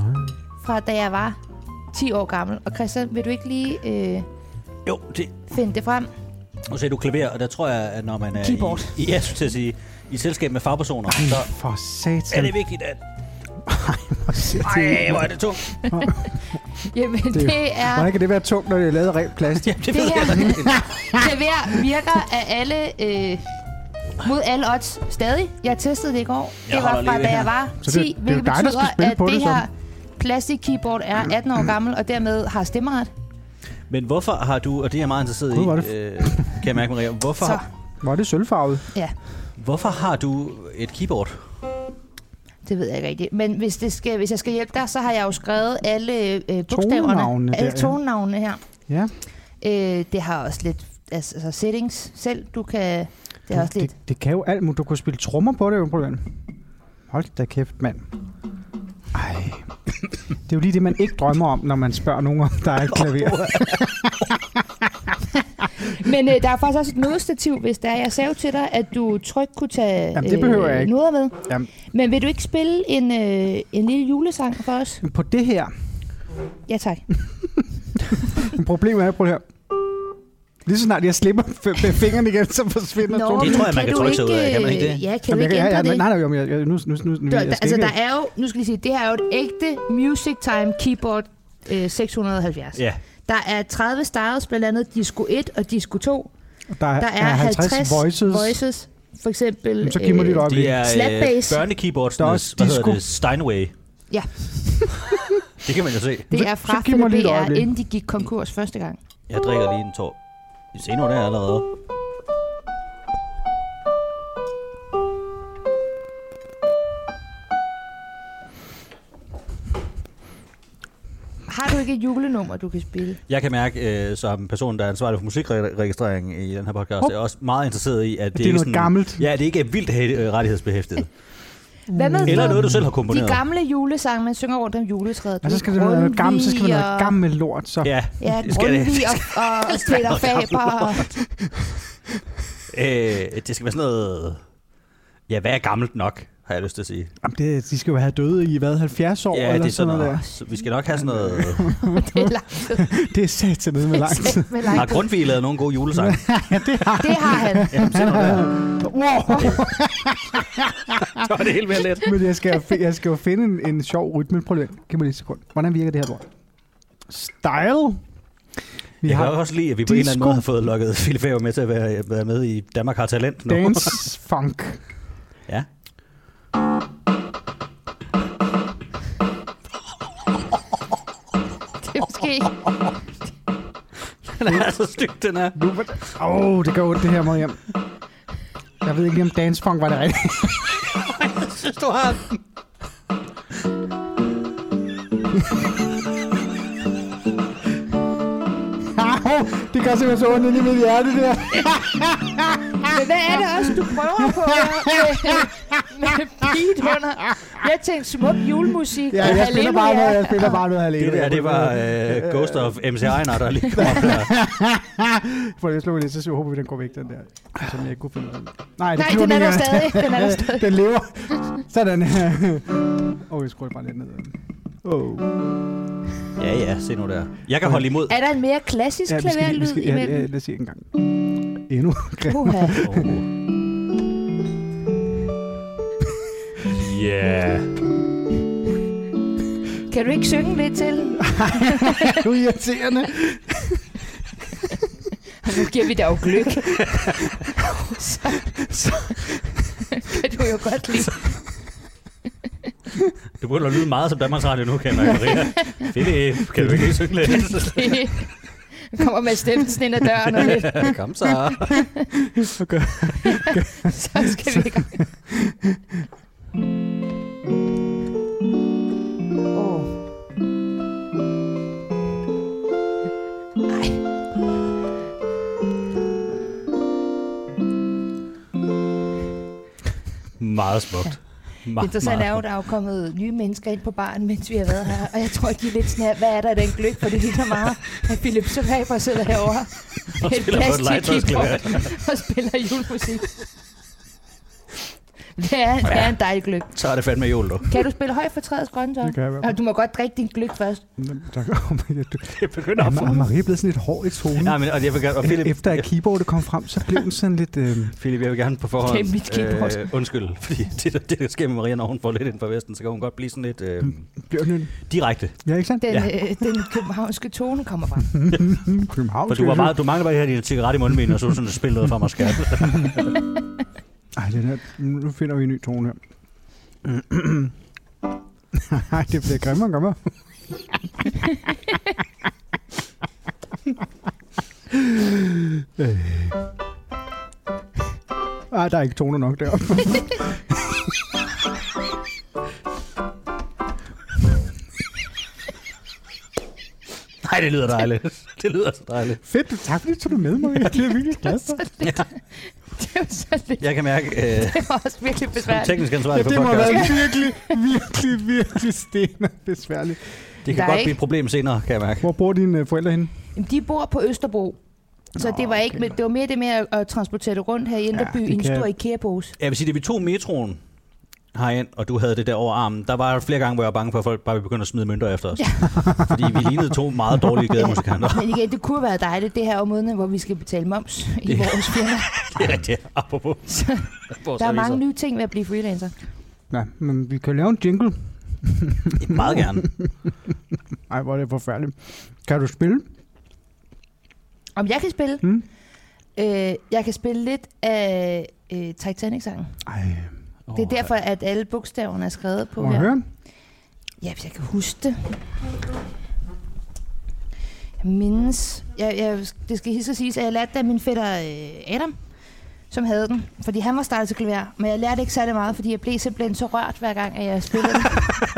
B: fra da jeg var 10 år gammel. Og Christian, vil du ikke lige øh,
D: Jo, det,
B: finde det frem?
D: nu ser du klaver, og der tror jeg, at når man er
B: Keyboard.
D: i, i, jeg skulle til at sige, i et selskab med fagpersoner, så
C: For satan.
D: er det vigtigt, at...
C: Hvor siger det
D: Ej,
C: en?
D: hvor er det tungt.
B: Jamen, det, det er...
C: Hvordan kan det være tungt, når det er lavet af rent plast?
D: Jamen, det,
B: Det
D: ved
B: her
D: jeg ikke.
B: klaver virker af alle... Øh, mod alle odds stadig. Jeg testede det i går.
D: Jeg
B: det var
D: holder
B: fra,
D: lige
B: da
D: ved her.
B: jeg var 10,
C: Så det- det er jo
B: hvilket
C: dig, der skal
B: betyder,
C: spille
B: at
C: på
B: det,
C: det, så.
B: her plastik-keyboard er 18 år gammel, og dermed har stemmeret.
D: Men hvorfor har du, og det er jeg meget interesseret
C: Gud, hvor er
D: i,
C: det
D: øh, kan jeg mærke, Maria, hvorfor,
B: Så.
C: Hvor er det sølvfarvet?
B: Ja,
D: hvorfor har du et keyboard?
B: det ved jeg ikke rigtigt. Men hvis, det skal, hvis jeg skal hjælpe dig, så har jeg jo skrevet alle øh, bogstaverne.
C: Tonenavnene
B: alle
C: der, ja.
B: tonenavnene her.
C: Ja.
B: Øh, det har også lidt altså, altså settings selv, du kan... Det er også lidt...
C: Det, det kan jo alt muligt. Du kunne spille trommer på det, jo, prøv Hold da kæft, mand. Ej. Det er jo lige det, man ikke drømmer om, når man spørger nogen, om der er et klaver.
B: Men øh, der er faktisk også et nødstativ, hvis der er. Jeg sagde jo til dig, at du trygt kunne tage øh,
C: Jamen, det behøver jeg ikke.
B: noder med.
C: Jamen.
B: Men vil du ikke spille en, øh, en lille julesang for os?
C: Men På det her,
B: Ja, tak.
C: men problemet er, prøv her. Lige så snart jeg slipper f- med fingrene igen, så forsvinder
B: Nå,
C: tonen.
D: Det
B: men
D: tror jeg, man kan trykke sig ud af.
B: ikke, øh,
D: Kan man ikke det?
B: Ja, kan
C: Jamen,
B: du
C: jeg
B: ikke ændre
C: kan- ja, ja,
B: det?
C: Nej, nej, jo, jeg, jeg, nu, nu, nu, nu,
B: der,
C: jeg
B: der,
C: skal
B: altså,
C: ikke-
B: der er jo, nu skal jeg lige sige, det her er jo et ægte Music Time Keyboard øh, 670.
D: Ja.
B: Der er 30 styles, blandt andet Disco 1 og Disco 2.
C: der er,
B: Der er, 50, voices. voices. For eksempel... øh,
C: Jamen, så giv mig lige et øjeblik.
D: Det er øh,
B: Slap bass.
D: børnekeyboards,
C: Der er
D: med-
C: også
D: hvad hedder
C: disco.
D: det, Steinway.
B: Ja.
D: det kan man jo se.
B: Det
C: Så-
B: er
C: så
B: fra
C: giv mig lige et
B: FDBR,
C: øjeblik.
B: inden de gik konkurs første gang.
D: Jeg drikker lige en tår. I senere der allerede.
B: Har du ikke et julenummer, du kan spille?
D: Jeg kan mærke, øh, som person, der er ansvarlig for musikregistrering i den her podcast,
C: Hov.
D: er også meget interesseret i, at det,
C: det er
D: ikke
C: noget gammelt.
D: Ja, det ikke er vildt hæ- øh, rettighedsbehæftet.
B: Hvad med
D: Mm. Eller
B: sådan
D: noget, du selv har komponeret.
B: de gamle julesange, man synger rundt om juletræet?
C: Og Altså, så skal det være noget gammelt, så skal det være noget
B: Grundtvig og-
C: gammelt lort, så.
D: Ja,
B: Ja,
D: det skal det.
B: Grundtvig og, og, og Peter
D: noget gammelt
B: Faber. Og,
D: Øh, det skal være sådan noget... Ja, hvad er gammelt nok, har jeg lyst til at sige.
C: Jamen, det, de skal jo have døde i, hvad, 70 år
D: ja,
C: eller
D: det er sådan
C: noget der.
D: noget. Så Vi skal nok have sådan noget...
B: det er langt.
C: Det er sat til nede med lang tid.
B: Med
D: Har
B: langt.
D: Grundtvig lavet nogle gode julesange?
B: Det har han.
D: Jamen, se nu der.
C: Wow.
D: Så er det helt mere let.
C: Men jeg skal, jo fi- jeg skal jo finde en, en sjov rytme. Prøv lige, giv mig lige et sekund. Hvordan virker det her lort? Style. Vi
D: Jeg kan
C: har
D: også lide, at vi på en eller anden
C: disco.
D: måde har fået lukket Philip Faber med til at være, være med i Danmark har talent nu.
C: dance funk.
D: Ja.
B: Det er måske...
D: Den er så styg, den er.
C: Nu var det- Åh, oh, det gør ondt det her, Mariam. Jeg ved ikke lige, om dance funk var det rigtigt.
D: Jeg synes, du har den.
C: det gør simpelthen så ondt inde i mit hjerte, det der.
B: Men hvad er det også, du prøver på her med, med beat under? Jeg tænkte smuk julemusik.
C: Ja, jeg spiller bare noget, jeg spiller bare noget alene.
D: Det der, det var øh, Ghost of MC Ejner, der lige kom op der. øh.
C: Prøv lige at slå lidt, så håber vi, den går væk, den der. Som jeg ikke kunne finde ud af. Nej, det
B: Nej,
C: flyver
B: den er
C: ned
B: der
C: igen.
B: stadig. Den er der
C: Ja,
B: stadig.
C: Den lever. Sådan. Åh, oh, jeg skruer bare lidt ned. Oh.
D: Ja, ja, se nu der. Jeg kan holde imod.
B: Er der en mere klassisk klaverlyd
C: ja,
B: imellem?
C: ja, lad os se en gang. endnu grimmere.
B: Uha.
D: Yeah.
B: Kan du ikke synge lidt til?
C: Du er irriterende.
B: Og nu giver vi dig jo gløk. så,
D: Så-
B: så. kan du jo godt lide.
D: Du begynder at lyde meget som Danmarks Radio nu, kan jeg Maria. Philip, kan du ikke lige synge lidt?
B: det. Kommer med stemmelsen ind ad døren og lidt.
D: Kom så.
B: Så skal vi i gang. Åh. Ej.
D: Meget smukt. Me-
B: Det interessante er jo, at der er jo kommet nye mennesker ind på baren, mens vi har været her. Og jeg tror, de er lidt sådan her, hvad er der i den gløk, for det ligner meget, at Philip Søgaber sidder herovre med et
D: spiller på et
B: plastikkeybord og spiller julemusik. Det er, det er en dejlig gløk.
D: Så er det fandme jul, du.
B: Kan du spille højt for træets grønne tøj?
C: Det kan jeg i hvert fald.
B: Og du må godt drikke din gløk først.
C: Jamen, Der oh my, du,
D: Jeg begynder
C: er, er Marie blevet sådan lidt hård i tonen?
D: Nej, men og jeg vil gerne, og Philip,
C: Efter at keyboardet kom frem, så blev den sådan lidt... Øh,
D: Philip, jeg vil gerne på forhånd...
B: Det er mit keyboard.
D: Øh, undskyld, fordi det, der- det, der sker med Maria, når hun får lidt ind fra Vesten, så kan hun godt blive sådan lidt
C: Mm.
D: øh,
C: blev den,
D: direkte.
C: ja, ikke sandt?
B: Den,
D: Ja.
B: ja. øh, den københavnske tone kommer frem.
C: København.
D: For du, var meget, du mangler bare det her lille cigaret i mundvinden, og så var sådan et spil noget fra mig skat.
C: Ej, den her, nu finder vi en ny tone her. Nej, det bliver grimmere og grimmere. øh. Ej, der er ikke toner nok deroppe.
D: Nej, det lyder dejligt. Det lyder så dejligt.
C: Fedt, du, tak fordi du tog det med mig. Jeg bliver virkelig glad for.
B: Det er jo så lidt.
D: Jeg kan mærke, øh,
B: Det var også virkelig
D: den
B: besværligt.
D: teknisk
C: Ja,
D: ansvarlig for
C: det må have
D: podcasten,
C: været virkelig, virkelig, virkelig stener besværligt.
D: det
B: Der
D: kan
B: er
D: godt
B: ikke-
D: blive et problem senere, kan jeg mærke.
C: Hvor bor dine øh, forældre henne?
B: Jamen, De bor på Østerbro. Så
C: Nå,
B: Nå, det var ikke,
C: okay.
B: okay. det var mere det med at, at transportere det rundt her i Indreby
C: det
B: i en
C: kan-
B: stor IKEA-pose.
D: Jeg vil sige, da vi tog metroen herind, og du havde det der over armen, der var flere gange, hvor jeg var bange for, at folk bare ville begynde at smide mønter efter os. Ja. Fordi vi lignede to meget dårlige gademusikanter.
B: Men igen, det kunne være dejligt, det her om måneden, hvor vi skal betale moms i
D: Det-
B: vores firma.
D: det er rigtigt, apropos. Vores
B: Der er
D: aviser.
B: mange nye ting ved at blive freelancer.
C: Nej, men vi kan lave en jingle.
D: Meget gerne.
C: Ej, hvor er det forfærdeligt. Kan du spille?
B: Om jeg kan spille?
C: Mm.
B: Øh, jeg kan spille lidt af øh, Titanic-sangen.
C: Ej,
B: Det er derfor, at alle bogstaverne er skrevet på
C: må jeg
B: her.
C: høre?
B: Ja, hvis jeg kan huske det. Jeg mindes... Jeg, jeg, det skal hilse at siges, at jeg lærte det af min fætter øh, Adam, som havde den. Fordi han var startet til klaver, men jeg lærte ikke særlig meget, fordi jeg blev simpelthen så rørt, hver gang at jeg spillede den.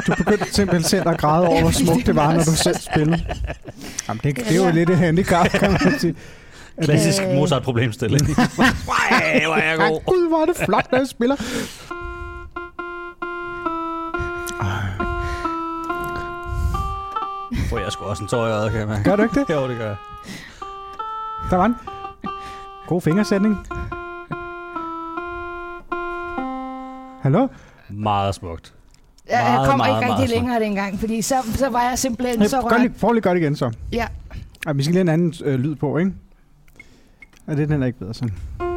C: Du begyndte simpelthen selv at græde over, hvor smukt det var, når du selv spillede. Jamen, det, det er jo
B: Ja.
C: lidt et handicap, kan man sige.
D: Klassisk
B: Øh.
D: Mozart-problemstilling. Ej, hvor er jeg
C: Ej,
D: god.
C: gud, hvor er det flot, når jeg spiller.
D: Får jeg sgu også en tår i øjet, kan jeg mærke.
C: Gør du ikke det?
D: Jo, det gør jeg.
C: Der var den. God fingersætning. Hallo?
D: Meget smukt.
B: Jeg, jeg
D: Meget,
B: kom
D: meget,
B: ikke
D: meget
B: rigtig
D: smukt.
B: længere dengang, fordi så, så var jeg simpelthen så
C: Gør
B: rørt.
C: lige, prøv lige godt igen, så.
B: Ja.
C: Ej, vi skal lige have en anden øh, lyd på, ikke? Ja, det er den heller ikke bedre sådan.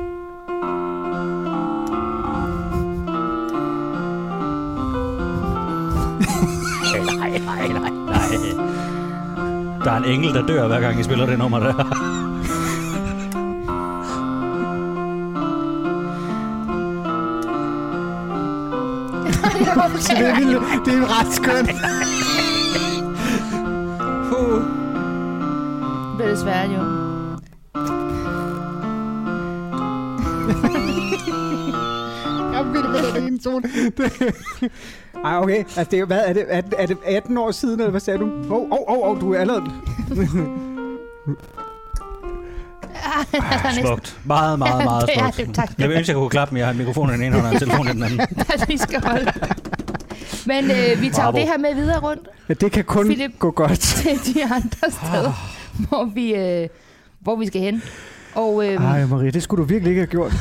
D: Nej, nej, nej, nej. Der er en engel, der dør, hver gang I spiller det nummer der.
C: Så det er, vildt, det er ret skønt.
B: Det blev desværre jo.
C: Jeg vil med den ene tone. Det- Ej, okay. Altså, det er, jo- hvad er det? Er, det- er det 18 år siden, eller hvad sagde du? Åh, oh, oh, oh, oh, du er allerede...
B: Der er næsten
D: Smukt. Meget, meget, meget
B: Ja, det er
D: smukt.
B: det. Tak.
D: Jeg vil ønske, jeg kunne klappe, men jeg har en mikrofon i den ene hånd og en telefon i den anden.
B: der, vi skal holde. Men øh, vi tager
D: Bravo.
B: jo det her med videre rundt
C: Ja, det kan kun
B: Philip.
C: gå godt.
B: til de andre steder, hvor vi, øh, hvor vi skal hen. Og øhm,
C: Ej, Marie, det skulle du virkelig ikke have gjort.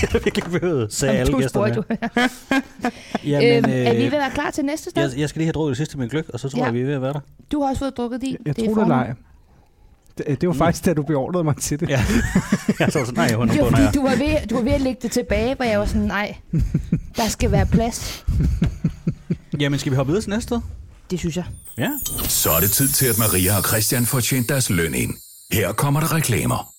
D: Det er virkelig behøvet, sagde
B: Jamen,
D: alle
B: du
D: gæsterne.
B: spurgte jo.
D: Jamen,
B: Øhm, er vi ved
D: øh,
B: at være klar til næste stop?
D: jeg, jeg skal lige have drukket det sidste med gløk, og så tror
B: Ja.
D: jeg, vi er ved at være der.
B: Du har også fået drukket din.
C: Jeg
B: Det er
C: tror, det er
B: formiddag.
C: leg. det var faktisk, da du beordrede mig til det.
D: Ja. jeg så sådan, nej, hun
B: Det var
D: bunder
B: fordi,
D: jeg.
B: du var, ved, du var ved at lægge det tilbage, hvor jeg var sådan, nej, der skal være plads.
D: Jamen, skal vi hoppe videre til næste sted?
B: Det synes jeg.
D: Ja.
A: Så er det tid til, at Maria og Christian får tjent deres løn ind. Her kommer der reklamer.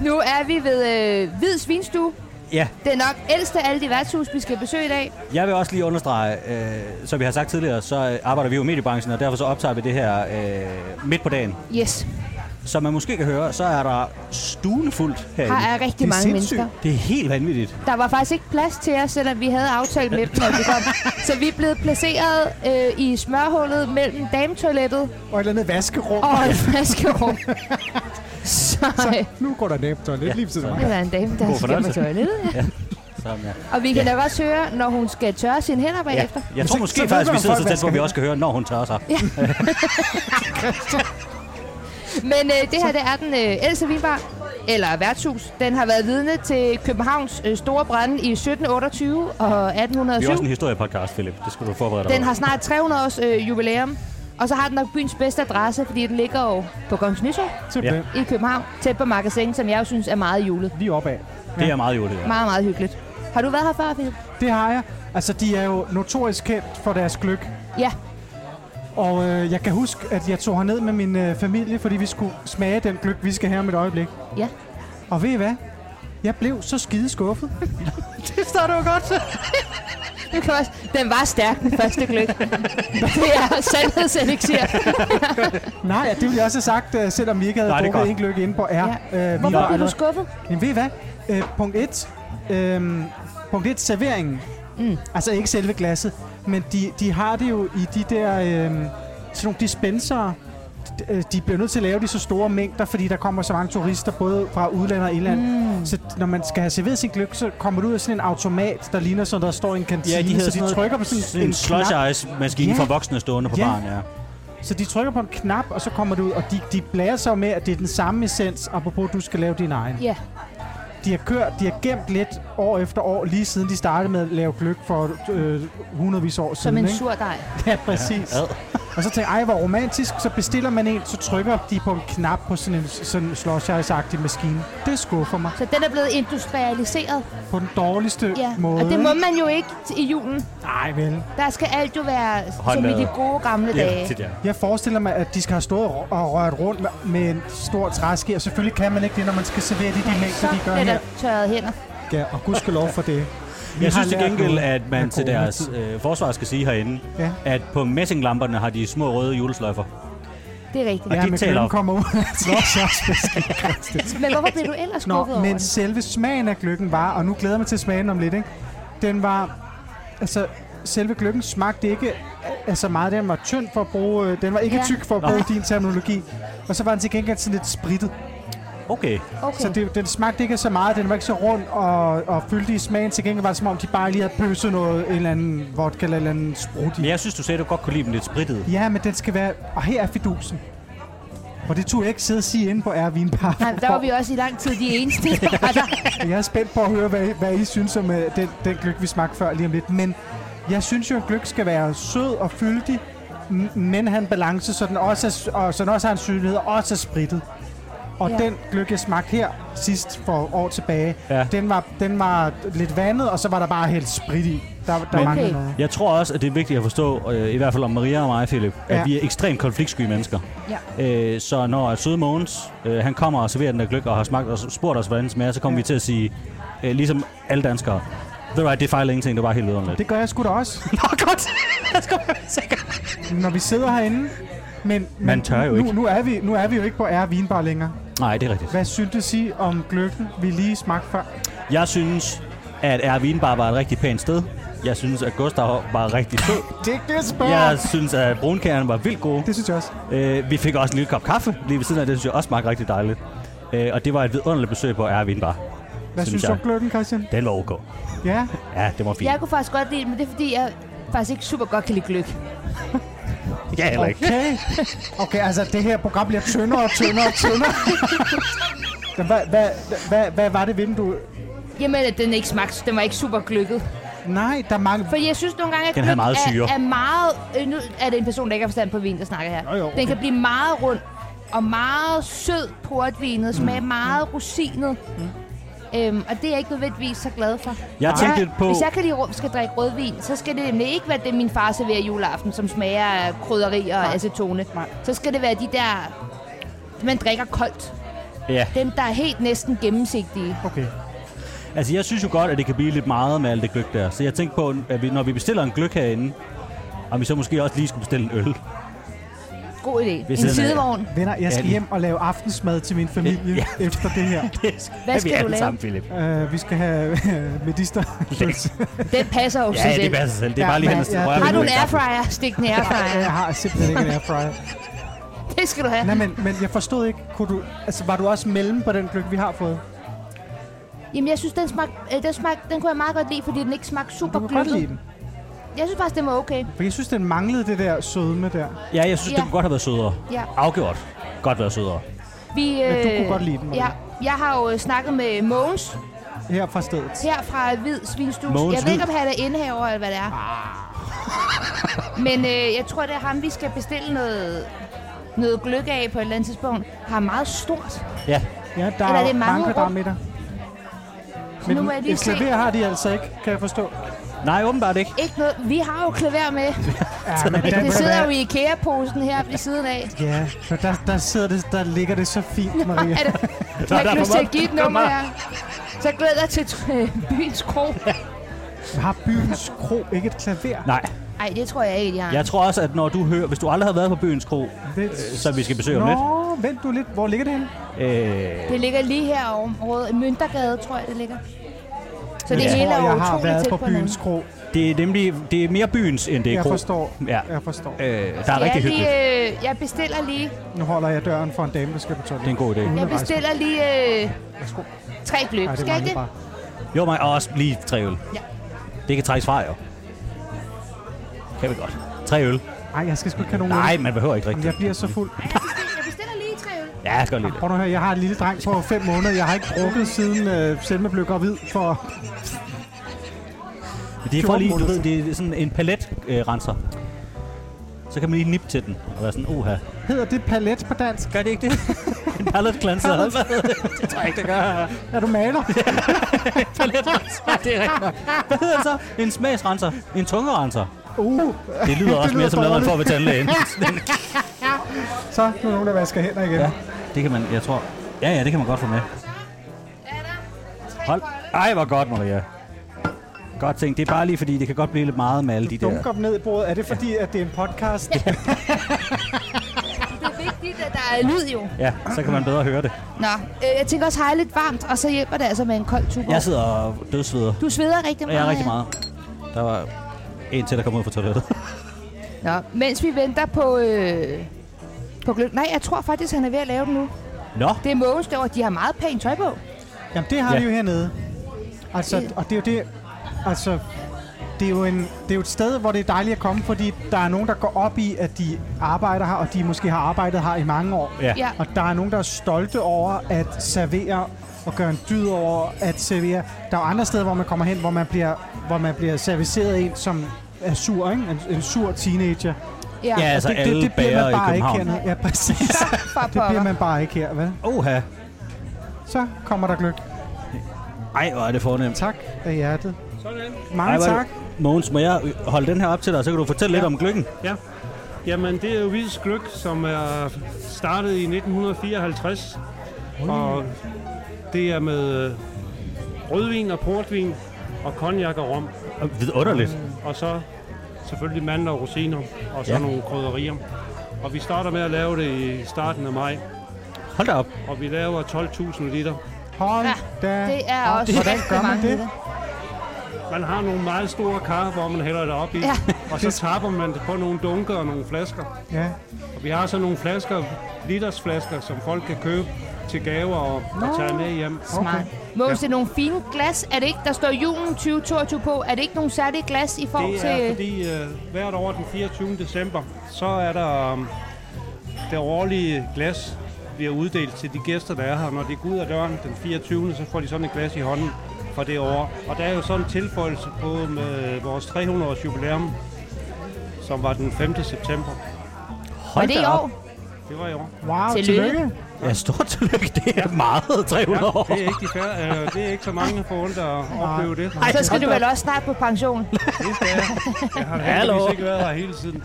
B: Nu er vi ved øh, Hvid Svinstue.
D: Ja,
B: Det er nok ældste af alle de værtshus, vi skal besøge i dag.
D: jeg vil også lige understrege, øh, som vi har sagt tidligere, så øh, arbejder vi jo i mediebranchen, og derfor så optager vi det her øh, midt på dagen.
B: Yes,
D: Som man måske kan høre, så er der stuende fuldt herinde.
B: her er rigtig
C: Det er
B: mange
C: sindssygt.
B: mennesker.
D: Det er helt vanvittigt.
B: Der var faktisk ikke plads til os, selvom vi havde aftalt med dem, at vi kom. Så vi er blevet placeret øh, i smørhullet mellem dametoilettet
C: Og et eller andet vaskerum.
B: og et flaskerum. Så øh,
C: Nu går der nemt og lidt
D: Ja.
C: lige til mig.
B: det var en dame, der
D: God
B: skal på
D: fornøjelse.
B: toilettet. Ja.
D: Som, ja.
B: Og vi kan nok også høre, når hun skal tørre sine hænder bagefter.
D: Jeg tror
C: så-
D: måske
C: så ved
D: faktisk,
C: man,
D: vi
C: om
D: sidder så
C: folk
D: tæt på, at vi
C: vasker
D: også kan høre, når hun tørrer sig. Ja.
B: Men øh, det her, det er den øh, ældste vinbar, eller værtshus. Den har været vidne til Københavns øh, store brænde i 1728 og
D: Vi er også
B: 1807.
D: en historiepodcast, Philip. Det skulle du forberede dig
B: Den
D: på.
B: har snart 300 års øh, jubilæum. Og så har den nok byens bedste adresse, fordi den ligger jo på Kongens Nyså
C: Simpelthen.
B: i København, tæt på Magasin, som jeg jo synes er meget julet.
C: Lige opad.
D: Det er meget julet. Ja.
B: Meget, meget hyggeligt. Har du været her før, Philip?
C: Det har jeg. Altså, de er jo notorisk kendt for deres gløk.
B: Ja,
C: Og øh, jeg kan huske, at jeg tog herned med min øh, familie, fordi vi skulle smage den gløk, vi skal have om et øjeblik.
B: ja.
C: Og ved I hvad? Jeg blev så skide skuffet.
B: Det står du godt. Du kan også. Den var stærk, den første gløk. Det er sandhedselixier.
C: Nej, det ville jeg også have sagt, øh, selvom vi ikke havde
D: Nej, det er
C: drukket
D: godt.
C: en gløk inde på R. Ja. Øh,
B: Hvorfor
C: var
B: blev du skuffet?
C: Jamen, ved I hvad? Øh, punkt 1. Øh, punkt 1. Serveringen. Mm. Altså ikke selve glasset. Men de, de har det jo i de der... Øh, sådan nogle dispenser. De bliver nødt til at lave de så store mængder, fordi der kommer så mange turister, både fra udlandet og indland. Mm. Så når man skal have serveret sin gløk, så kommer du ud af sådan en automat, der ligner sådan, der står i en kantine.
D: Ja, de hedder
C: så
D: sådan
C: de
D: noget-
C: trykker på sådan,
D: Sådan en
C: knap.
D: slush ice maskine
C: Ja.
D: for voksne stående på
C: Ja.
D: baren, ja.
C: Så de trykker på en knap, og så kommer det ud, og de, de blærer sig med, at det er den samme essens, apropos du skal lave din egen.
B: Ja,
C: De har kørt, de har gemt lidt år efter år, lige siden de startede med at lave gløk for øh, hundredvis år
B: som
C: siden.
B: en
C: ikke?
B: sur dej.
C: Ja, præcis.
D: Ad.
C: Og så tænkte jeg, ej, hvor romantisk. Så bestiller man en, så trykker de på en knap på sådan en sådan en slush ice-agtig maskine. Det skuffer mig
B: Så den er blevet industrialiseret.
C: på den dårligste
B: Ja.
C: måde.
B: Og det må man jo ikke t- i julen.
C: Nej, vel.
B: Der skal alt jo være som i
D: Håndlavet.
B: de gode gamle
D: Ja,
B: dage.
D: tit, ja.
C: Jeg forestiller mig, at de skal have stået og og rørt rundt med, med en stor træske, og selvfølgelig kan man ikke det, når man skal servere det i de
B: Så
C: mængder, de gør
B: bliver
C: her.
B: der tørret hænder.
C: Ja, og gudskelov for det. Vi
D: Jeg
C: har
D: synes til
C: lært
D: gengæld,
C: noget
D: at
C: af
D: man til deres
C: coronatid.
D: øh, forsvar skal sige herinde,
C: Ja.
D: at på messinglamperne har de små røde julesløjfer.
B: Det er rigtigt.
C: Ja,
D: de
C: men
D: taler
C: gløggen
D: om-
C: kommer ud af slåsjørsmaskinen.
B: Men hvorfor blev du ellers
C: Nå,
B: skuffet
C: men
B: over den?
C: selve smagen af gløggen var, og nu glæder jeg mig til smagen om lidt, ikke? Den var, altså, selve gløggen smagte ikke af så meget. Den var tynd for at bruge, øh, den var ikke
B: Ja.
C: ja. tyk for at
D: Nå.
C: bruge din terminologi. Og så var den til gengæld sådan lidt sprittet.
D: Okay.
B: Okay.
C: Så det, den smagte ikke af så meget, den var ikke så rund og, og fyldte i smagen. Til gengæld var det som om, de bare lige havde pøset noget, en eller anden vodka eller en eller anden sprut i.
D: Men jeg synes, du sagde, at du godt kunne lide dem lidt sprittede.
C: Ja, men den skal være... Og her er fidusen. Og det tog jeg ikke sidde og sige inde på R Vinbar.
B: Nej, der var vi også i lang tid de eneste.
C: Jeg er spændt på at høre, hvad, hvad I synes om øh, den, den gløk, vi smagte før lige om lidt. Men jeg synes jo, at gløk skal være sød og fyldig, m- men have en balance, så den også, er, s- og, så den også har en synlighed og også er sprittet. Og
B: Ja.
C: ja. den gløk, jeg smagte her sidst for år tilbage,
D: Ja.
C: ja. den, var, den var lidt vandet, og så var der bare helt sprit i. Der, der
B: Men-
C: okay. manglede
B: Okay.
C: noget.
D: Jeg tror også, at det er vigtigt at forstå, øh, i hvert fald om Maria og mig, Philip, at
C: Ja.
D: vi er ekstremt konfliktsky mennesker.
B: ja.
D: Øh, så når Søde Mogens, øh, han kommer og serverer den der gløk og har smagt og spurgt os, hvordan den smager, så kommer ja.
C: Ja.
D: vi til at sige, øh, ligesom alle danskere, det right, det fejler ingenting, det var helt vidunderligt.
C: Det gør jeg sgu da også,
D: Nå, godt! Jeg skal være sikker.
C: når vi sidder herinde. Men, men
D: tør jo
C: nu,
D: ikke.
C: Nu er, vi, nu er vi jo ikke på R Vinbar længere.
D: Nej, det er rigtigt.
C: Hvad syntes I om gløkken, vi lige smagte før?
D: Jeg synes, at R. Vinbar var et rigtig pænt sted. Jeg synes, at Gustav var rigtig sød.
C: Det er ikke det, jeg spørger
D: Jeg synes, at brunkagerne var vildt gode.
C: Det synes jeg også.
D: Øh, vi fik også en lille kop kaffe lige ved siden af. Det synes jeg også smagte rigtig dejligt. Øh, og det var et vidunderligt besøg på R. Vinbar.
C: Hvad
D: Synes
C: synes, du om
D: jeg.
C: gløggen, Christian?
D: Den var ok.
C: Ja,
D: Ja, det var fint.
B: Jeg kunne faktisk godt lide det, men det er fordi, jeg faktisk ikke super godt kan lide gløk.
D: Ja, heller ikke.
C: okay. Okay, altså det her program bliver tyndere og tyndere og tyndere. Men hvad, hvad, hvad, hvad var det ved den, du...
B: Jamen, at den ikke smagte. Den var ikke super gløkket.
C: Nej, der mangler...
B: For jeg synes nogle gange, at
D: Den havde
B: gløgg
D: meget syre.
B: Er, er meget... Øh, nu er det en person, der ikke har forstand på vin, der snakker her.
C: Nå jo,
B: Den
C: okay.
B: kan blive meget rund og meget sød portvinet,
D: Mm.
B: smager meget
C: Mm.
B: rosinet. Øhm, og det er jeg ikke nødvendigvis så glad for.
D: Jeg
B: Hvis
D: tænkte lidt på-
B: Hvis jeg kan lide, rum- skal drikke rødvin, så skal det nemlig ikke være det, min far serverer juleaften, som smager af krydderier og acetone.
C: Nej.
B: Så skal det være de der, man drikker koldt.
D: Ja.
B: Dem, der er helt næsten gennemsigtige.
C: Okay.
D: Altså, jeg synes jo godt, at det kan blive lidt meget med alt det gløk der. Så jeg tænkte på, at vi, når vi bestiller en gløk herinde, om vi så måske også lige skulle bestille en øl.
B: God idé.
D: Ved
B: en
D: siden af-
B: sidevogn.
C: Venner, jeg skal
D: Ja,
C: hjem og lave aftensmad til min familie
D: Ja.
C: efter det her.
D: Det skal
B: Hvad skal
D: vi
B: du
D: alle
B: lave?
D: sammen, Philip. Ja,
C: Uh, vi skal have øh, medister.
B: Den passer jo sig
D: ja, det
B: selv.
D: passer sig selv. Det er
C: Ja,
D: bare lige
C: men-
D: hen og
C: ja.
D: røre
B: Har
D: ved
B: du en
D: den.
B: airfryer? Stik den i airfryer.
C: jeg har simpelthen ikke en airfryer.
B: Det skal du have.
C: Nej, men, men jeg forstod ikke. Kunne du, altså, var du også mellem på den gløk, vi har fået?
B: Jamen, jeg synes, den smagte, øh, den smagte, den kunne jeg meget godt lide, fordi den ikke smagte
C: Du
B: super
C: kan godt lide
B: glødet.
C: den.
B: Jeg synes faktisk, den var okay.
C: For jeg synes, den manglede det der sødme der.
D: Ja, jeg synes, det
B: Ja.
D: kunne godt have været sødere.
B: Ja.
D: Afgjort. Godt været sødere.
B: Vi, øh,
C: Men du kunne godt lide den, Maria.
B: Ja, jeg har jo øh, snakket med Mogens
C: Her fra stedet.
B: her fra Hvid Svinstue.
D: Mogens
B: Jeg ved ikke, om
D: Hvid?
B: han er indhaver eller hvad det er.
C: Ah.
B: Men øh, jeg tror, det er ham, vi skal bestille noget, noget gløk af på et eller andet tidspunkt. Har meget stort.
D: Ja.
C: Ja, der
B: Eller
C: er,
B: er det mange
C: mange
B: rum?
C: kvadratmeter.
B: Så nu må jeg lige
C: et
B: se.
C: klaver har de altså ikke, kan jeg forstå.
D: Nej, åbenbart ikke.
B: Ikke noget. Vi har jo klaver med.
C: Ja, men
B: Men det
C: ved du
B: sidder
C: hvad?
B: jo i IKEA-posen her ved siden af.
C: Ja, for der, der, sidder det, der ligger det så fint, Maria.
B: Er det,
D: Der
B: jeg
D: er
B: har ikke lyst til
D: for
B: at
D: meget.
B: give et
D: Der er
B: nummer
D: meget.
B: her. Så glæder jeg til øh, byens kro.
C: Har byens kro ikke et klaver?
D: Nej.
B: Nej, det tror jeg ikke, de har.
D: Jeg tror også, at når du hører... Hvis du aldrig har været på Byens Kro,
C: Det,
D: som øh, vi skal besøge om
C: Nå,
D: lidt.
C: vent du lidt. Hvor ligger det henne?
D: Øh,
B: Det ligger lige her over området. I Møntergade, tror jeg, det ligger. Så det
D: Jeg
C: Jeg
B: hele
C: tror,
B: er jo
C: jeg har
B: utroligt
C: været
B: tæt
C: på
B: på, hinanden.
C: byens kro.
D: det er nemlig... Det er mere byens, end det er
C: Jeg
D: kro.
C: forstår.
D: Ja.
C: Jeg forstår.
D: Øh, der er rigtig
B: jeg,
D: hyggeligt.
B: lige, øh, jeg bestiller lige,
C: Nu holder jeg døren for en dame, der skal på
D: Det er
C: toilet.
D: en god idé.
B: jeg bestiller lige øh,
C: Værsgo.
B: tre gløb.
C: Nej, det
B: Skal jeg
C: mangler
B: ikke det?
C: bare.
D: Jo, mig og også lige tre øl.
B: Ja.
D: Det kan trækkes fra, jo. Kan vi godt. Tre øl.
C: Nej, jeg skal sgu ikke have nogen
D: Nej,
C: øl.
D: man behøver ikke
C: Jamen,
D: rigtigt.
C: Jeg bliver så fuld.
B: Ja, Jeg bestiller, jeg bestiller lige tre øl.
D: Ja, jeg skal godt lide det.
C: Prøv nu at høre, jeg har en lille dreng på 5 måneder. Jeg har ikke drukket siden øh, Selma blev gravid for...
D: Men det er for lige, du
C: 14
D: ved, det er sådan en paletrenser. Så kan man lige nippe til den og være sådan, uha.
C: Hedder det palet på dansk?
D: Gør det ikke det? en paletklanser.
C: Palet-
D: Hvad hedder det? Det tror jeg ikke, det gør.
C: Er du maler?
D: Paletrenser, det er rigtigt. nok. Hvad hedder det så? En smagsrenser. En tungerenser.
C: Uh,
D: Det lyder også mere som noget, man får ved tandlægen.
C: Så nu er der nogen, der vasker hænder igen.
D: ja, det kan man, jeg tror. Ja, ja, det kan man godt få med.
B: Er der tre
D: Hold.
B: kolde?
D: Ej, hvor godt, Maria. Godt ting. Det er bare lige, fordi det kan godt blive lidt meget med alle de der.
C: Dunker dem ned i bordet. Er det fordi, at det er en podcast? Ja.
B: Det er vigtigt, at der er lyd jo.
D: Ja, så kan man bedre høre det.
B: Nå, øh, jeg tænker også, at lidt varmt, og så hjælper det altså med en kold tur.
D: Jeg sidder og dødsveder.
B: Du sveder rigtig meget.
D: Jeg er
B: ja.
D: rigtig meget. Der var en til, der kom ud fra toilettet.
B: Nå, mens vi venter på... Øh, på gløb. Nej, jeg tror faktisk, han er ved at lave den nu.
D: Nå,
B: Det er Mogens derovre. De har meget pænt tøj på.
C: Jamen, det har
D: Ja.
C: ja. vi jo hernede. Altså,
B: Det-
C: og det er jo det... Altså, det er, jo en, det er jo et sted, hvor det er dejligt at komme, fordi der er nogen, der går op i, at de arbejder her, og de måske har arbejdet her i mange år.
D: Ja.
B: Ja.
C: Og der er nogen, der er stolte over at servere og gøre en dyd over at servere. Der er jo andre steder, hvor man kommer hen, hvor man bliver, hvor man bliver serviceret en, som er sur, ikke? En, en sur teenager.
B: Ja.
D: ja, altså
C: det,
D: alle
C: det, det bliver
D: bager
C: man
D: i
C: bare ikke
D: København.
C: her. Ja, præcis.
B: For
C: Det bliver
B: pokker.
C: man bare ikke her, vel?
D: Oha.
C: Så kommer der gløk.
D: Ej, hvor er det fornemt.
C: Tak af hjertet.
F: Sådan.
C: Mange
D: Ej, hvor er
C: tak.
D: det- Mogens, må jeg holde den her op til dig, så kan du fortælle lidt om gløggen?
F: Ja. Jamen, det er jo Hvids Gløk, som er startet i 1954. Og det er med øh, rødvin og portvin og konjak og rom.
D: Vidunderligt.
F: Og så selvfølgelig mandler og rosiner og så
D: Ja.
F: ja. nogle krydderier. Og vi starter med at lave det i starten af maj.
D: Hold da op.
F: Og vi laver 12.000 liter.
C: Hold
B: Ja,
C: da.
B: Det er også
C: Hvordan
B: rigtig
C: gør man
B: mange
C: det?
B: liter.
F: Man har nogle meget store kar, hvor man hælder det op i.
B: Ja.
F: Og så tapper man det på nogle dunker og nogle flasker.
C: Ja.
F: Vi har så nogle flasker, litersflasker, som folk kan købe til gaver og, og tage med hjem.
B: Smart. Okay. Mås, det er nogle fine glas. Er det ikke, der står julen 2022 på? Er det ikke nogle særlige glas i form
F: Det
B: til...
F: er fordi øh, hvert år den 24. december, så er der um, det årlige glas, bliver uddelt til de gæster, der er her. Når de går ud af døren den 24. så får de sådan et glas i hånden for det år. Og der er jo sådan en tilføjelse på med vores 300-års jubilæum, som var den 5. september.
B: Var
D: Hold
B: det
D: da
B: i
D: op.
B: år?
F: Det var i år.
C: Wow,
B: Tillykke.
D: Ja, stort tillykke. Det er meget 300 år.
F: Det er ikke, de færre, øh, det er ikke så mange forundt at opleve det.
B: Ej, så skal du vel også snart på pension.
F: Det skal jeg. Jeg har
D: Hallo.
F: heldigvis ikke været her hele tiden.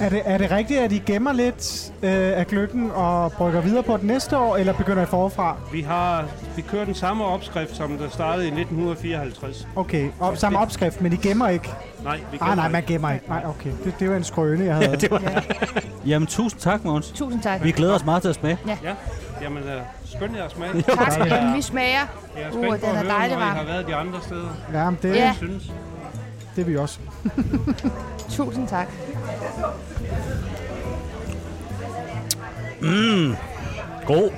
C: Er det, er det rigtigt, at I gemmer lidt øh, af gløggen og brygger videre på det næste år, eller begynder I forfra?
F: Vi har vi kører den samme opskrift, som der startede i 1954.
C: Okay, og, samme opskrift, men I gemmer ikke?
F: Nej,
B: Ah,
F: vi
C: Nej, nej,
F: ikke.
C: man gemmer ikke. Nej, okay. Det, det var en skrøne, jeg havde.
D: Det var... Jamen, tusind tak, Måns.
B: Tusind tak.
D: Vi glæder os meget til at smage.
F: Ja, jamen øh, skøn jeres smag.
B: Tak skal du
F: Jeg
B: have.
F: er-
B: Vi smager.
F: Jeg er
B: Uh,
F: spændt på
B: den
F: at
B: er
F: høre,
B: dejlig
F: når I
B: varm.
F: har været de andre steder.
C: Ja, men det,
B: Ja.
C: ja.
F: Jeg synes.
C: det er vi også.
B: Tusind tak.
D: God.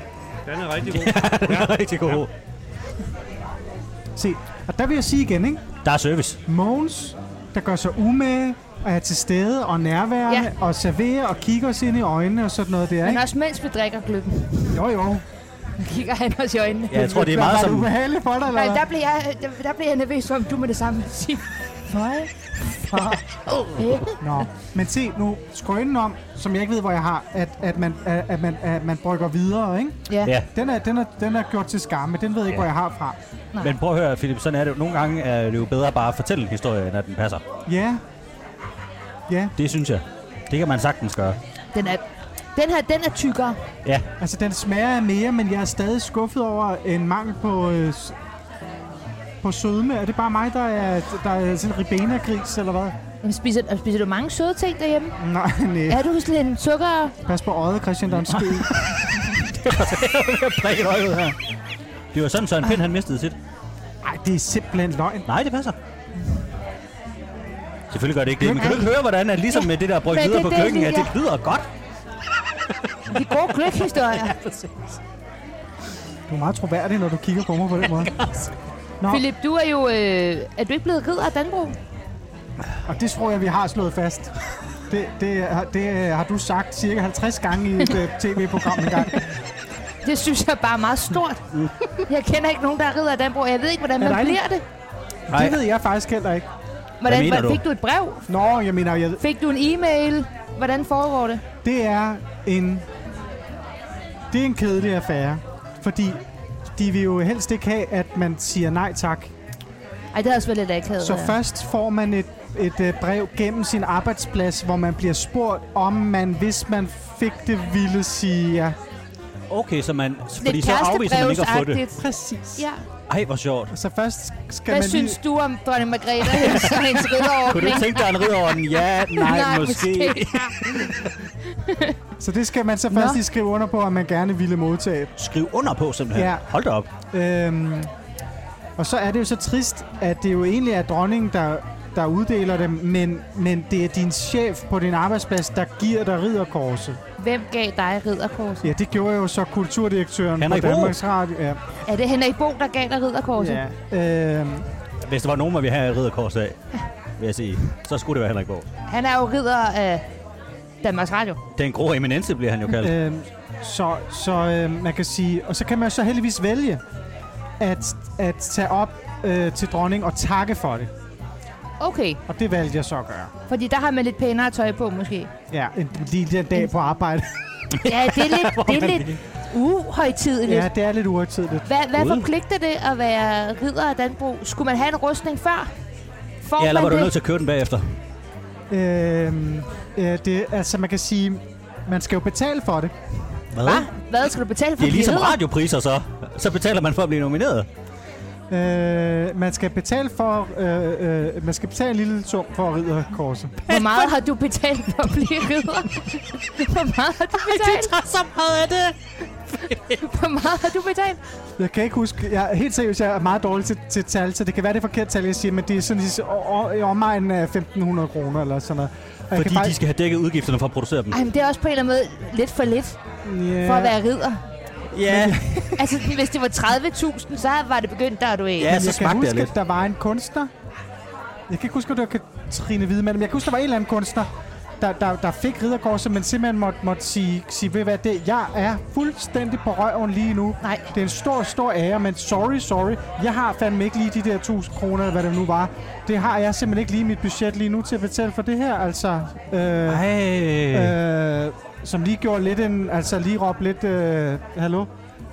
F: Den er rigtig god.
D: Rigtig god.
C: Se, og der vil jeg sige igen, ikke?
D: Der er service.
C: Mogens, der gør sig umage og er til stede og nærværende
B: Ja.
C: ja. og serverer og kigger os ind i øjnene og sådan noget der,
B: Men
C: ikke?
B: også mens vi drikker gløggen,
C: Jo, jo.
B: kigger han os i øjnene.
D: Ja, jeg tror, det er meget
C: Var
D: som...
C: du behagelig for dig, eller
B: Nej,
C: hvad?
B: der blev jeg, der, der blev jeg nervøs for, om du med det samme ville sige. Føj.
C: Nå, men se nu, skrønen om, som jeg ikke ved, hvor jeg har, at, at, man, at, at, man, at man brygger videre, ikke?
B: Ja.
D: Ja,
C: Den er, den er, den er gjort til skamme. Den ved jeg ikke,
D: Ja.
C: ja. hvor jeg har fra.
D: men prøv at høre, Philip, sådan er det jo. Nogle gange er det jo bedre bare at fortælle en historie, end at den passer.
C: Ja. Ja,
D: Det synes jeg. Det kan man sagtens gøre.
B: Den, er, den her, den er tykkere.
D: Ja,
C: altså den smager af mere, men jeg er stadig skuffet over en mangel på, øh, s- på sødme. Er det bare mig, der er, der er sådan en ribena-gris, eller hvad?
B: Men spiser, spiser du mange søde ting derhjemme?
C: Nej, nej.
B: Er du sådan en sukker...
C: Pas på øjet, Christian, der er en ske.
D: jeg prikker øjet ud her. Det var sådan, Søren Pind, han mistede sit.
C: Ej, det er simpelthen løgn.
D: Nej, det passer. Selvfølgelig gør det ikke det. Men kan du ikke høre, hvordan at ligesom med det der brød
B: Men
D: videre
B: det
D: på
B: er det,
D: køkkenet, at
B: ja.
D: det lyder godt?
B: De gode gløghistorier.
C: Du er meget troværdig, når du kigger på mig på den måde. Nå,
B: Philip, du er jo... Øh, er du ikke blevet ridder af Danbro?
C: og det tror jeg, vi har slået fast. Det, det, har- det øh, har du sagt cirka 50 gange i et øh, tv-program engang.
B: Det synes jeg bare er meget stort. Jeg kender ikke nogen, der Mm. er ridder af Danbro. Jeg ved ikke, hvordan
C: Er
B: man
C: der
B: bliver det.
D: Nej.
C: Det ved jeg faktisk heller ikke.
B: Hvordan,
D: Hvad mener
B: hvordan
D: du?
B: fik du et brev?
C: Nå, jeg mener, jeg,
B: Fik du en e-mail? Hvordan foregår det?
C: Det er en... Det er en kedelig affære. Fordi de vil jo helst ikke have, at man siger nej tak.
B: Ej, det har også været lidt akavet.
C: Så
B: ja.
C: først får man et, et øh, brev gennem sin arbejdsplads, hvor man bliver spurgt, om man, hvis man fik det, ville sige ja.
D: Okay, så man, fordi
B: Lidt
D: så afviser man ikke at få det.
B: kærestebrevsagtigt.
C: Præcis.
B: Ja.
D: Ej, hvor sjovt.
C: Så først skal
B: Hvad
C: man
B: synes
C: lige...
B: du om dronning Margrethe og hendes
D: Kunne du
B: ridderordning?
D: ikke tænke dig en ridder over den? Ja, nej, nej måske. måske.
C: Så det skal man så først
B: Nå.
C: lige skrive under på, at man gerne ville modtage.
D: Skriv under på, simpelthen.
C: Ja.
D: Hold da op.
C: Øhm, og så er det jo så trist, at det jo egentlig er dronningen, der, der uddeler dem, men, men det er din chef på din arbejdsplads, der giver dig ridderkorset.
B: Hvem gav dig ridderkorset?
C: Ja, det gjorde jo så kulturdirektøren
D: Henrik
C: på
D: Bro.
C: Danmarks Radio. Ja.
B: Er det Henrik Bo, der gav dig ridderkorset?
C: ja. Øhm,
D: Hvis der var nogen, der ville have et ridderkors af, vil jeg sige, så skulle det være Henrik Borg.
B: Han er jo ridder af Danmarks Radio.
D: Den grå eminence bliver han jo kaldt.
C: øhm, så så øhm, man kan sige, og så kan man jo så heldigvis vælge at, at tage op øh, til dronning og takke for det.
B: Okay,
C: Og det valgte jeg så at gøre.
B: fordi der har man lidt pænere tøj på, måske.
C: Ja, en lille dag på arbejde.
B: Ja, det er lidt, det er lidt uhøjtideligt.
C: ja, det er lidt uretidligt.
B: Hvad, hvad
D: Gud.
B: forpligter det at være ridder af Danbro? Skulle man have en rustning før? Får
D: Ja, eller
B: man
D: var du
B: det?
D: nødt til at køre den bagefter?
C: Øhm, øh, det, altså man kan sige, man skal jo betale for det.
D: Hvad?
B: Hva? Hvad skal du betale for
D: Det er
B: at blive
D: ligesom
B: ridder?
D: radiopriser så. Så betaler man for at blive nomineret.
C: Øh, man skal betale for, øh, øh, man skal betale en lille sum for at ride korset.
B: Hvor meget har du betalt for at blive ridder? Hvor meget har du betalt? Ej, det så meget af det. Hvor meget har du betalt?
C: Jeg kan ikke huske, jeg er helt seriøst, jeg er meget dårlig til, til tal, så det kan være det er forkert tal, jeg siger, men det er sådan i- o- o- i omegnen af 1.500 kroner eller sådan noget. Og jeg
D: Fordi
C: kan
D: de skal have dækket udgifterne for at producere dem.
B: Ej, men det er også på en eller anden måde lidt for lidt
C: ja,
B: for at være ridder.
D: Ja,
B: Altså, hvis det var 30.000, så var det begyndt, der er du ikke.
D: ja
C: men
D: så
C: jeg kan
D: smagte
C: huske,
D: det lidt.
C: at der var en kunstner. Jeg kan ikke huske, om det var Katrine Hvidemann, men jeg kan huske, der var en eller anden kunstner, der, der, der fik ridderkorset, men simpelthen måtte, måtte sige, sige, ved I hvad, det, jeg er fuldstændig på røven lige nu.
B: Nej.
C: Det er en stor, stor ære, men sorry, sorry. Jeg har fandme ikke lige de der 1000 kroner, eller hvad det nu var. Det har jeg simpelthen ikke lige i mit budget lige nu til at betale for det her, altså. Øh,
D: Ej.
C: øh, som lige gjorde lidt en, altså lige råbte lidt, øh, hallo,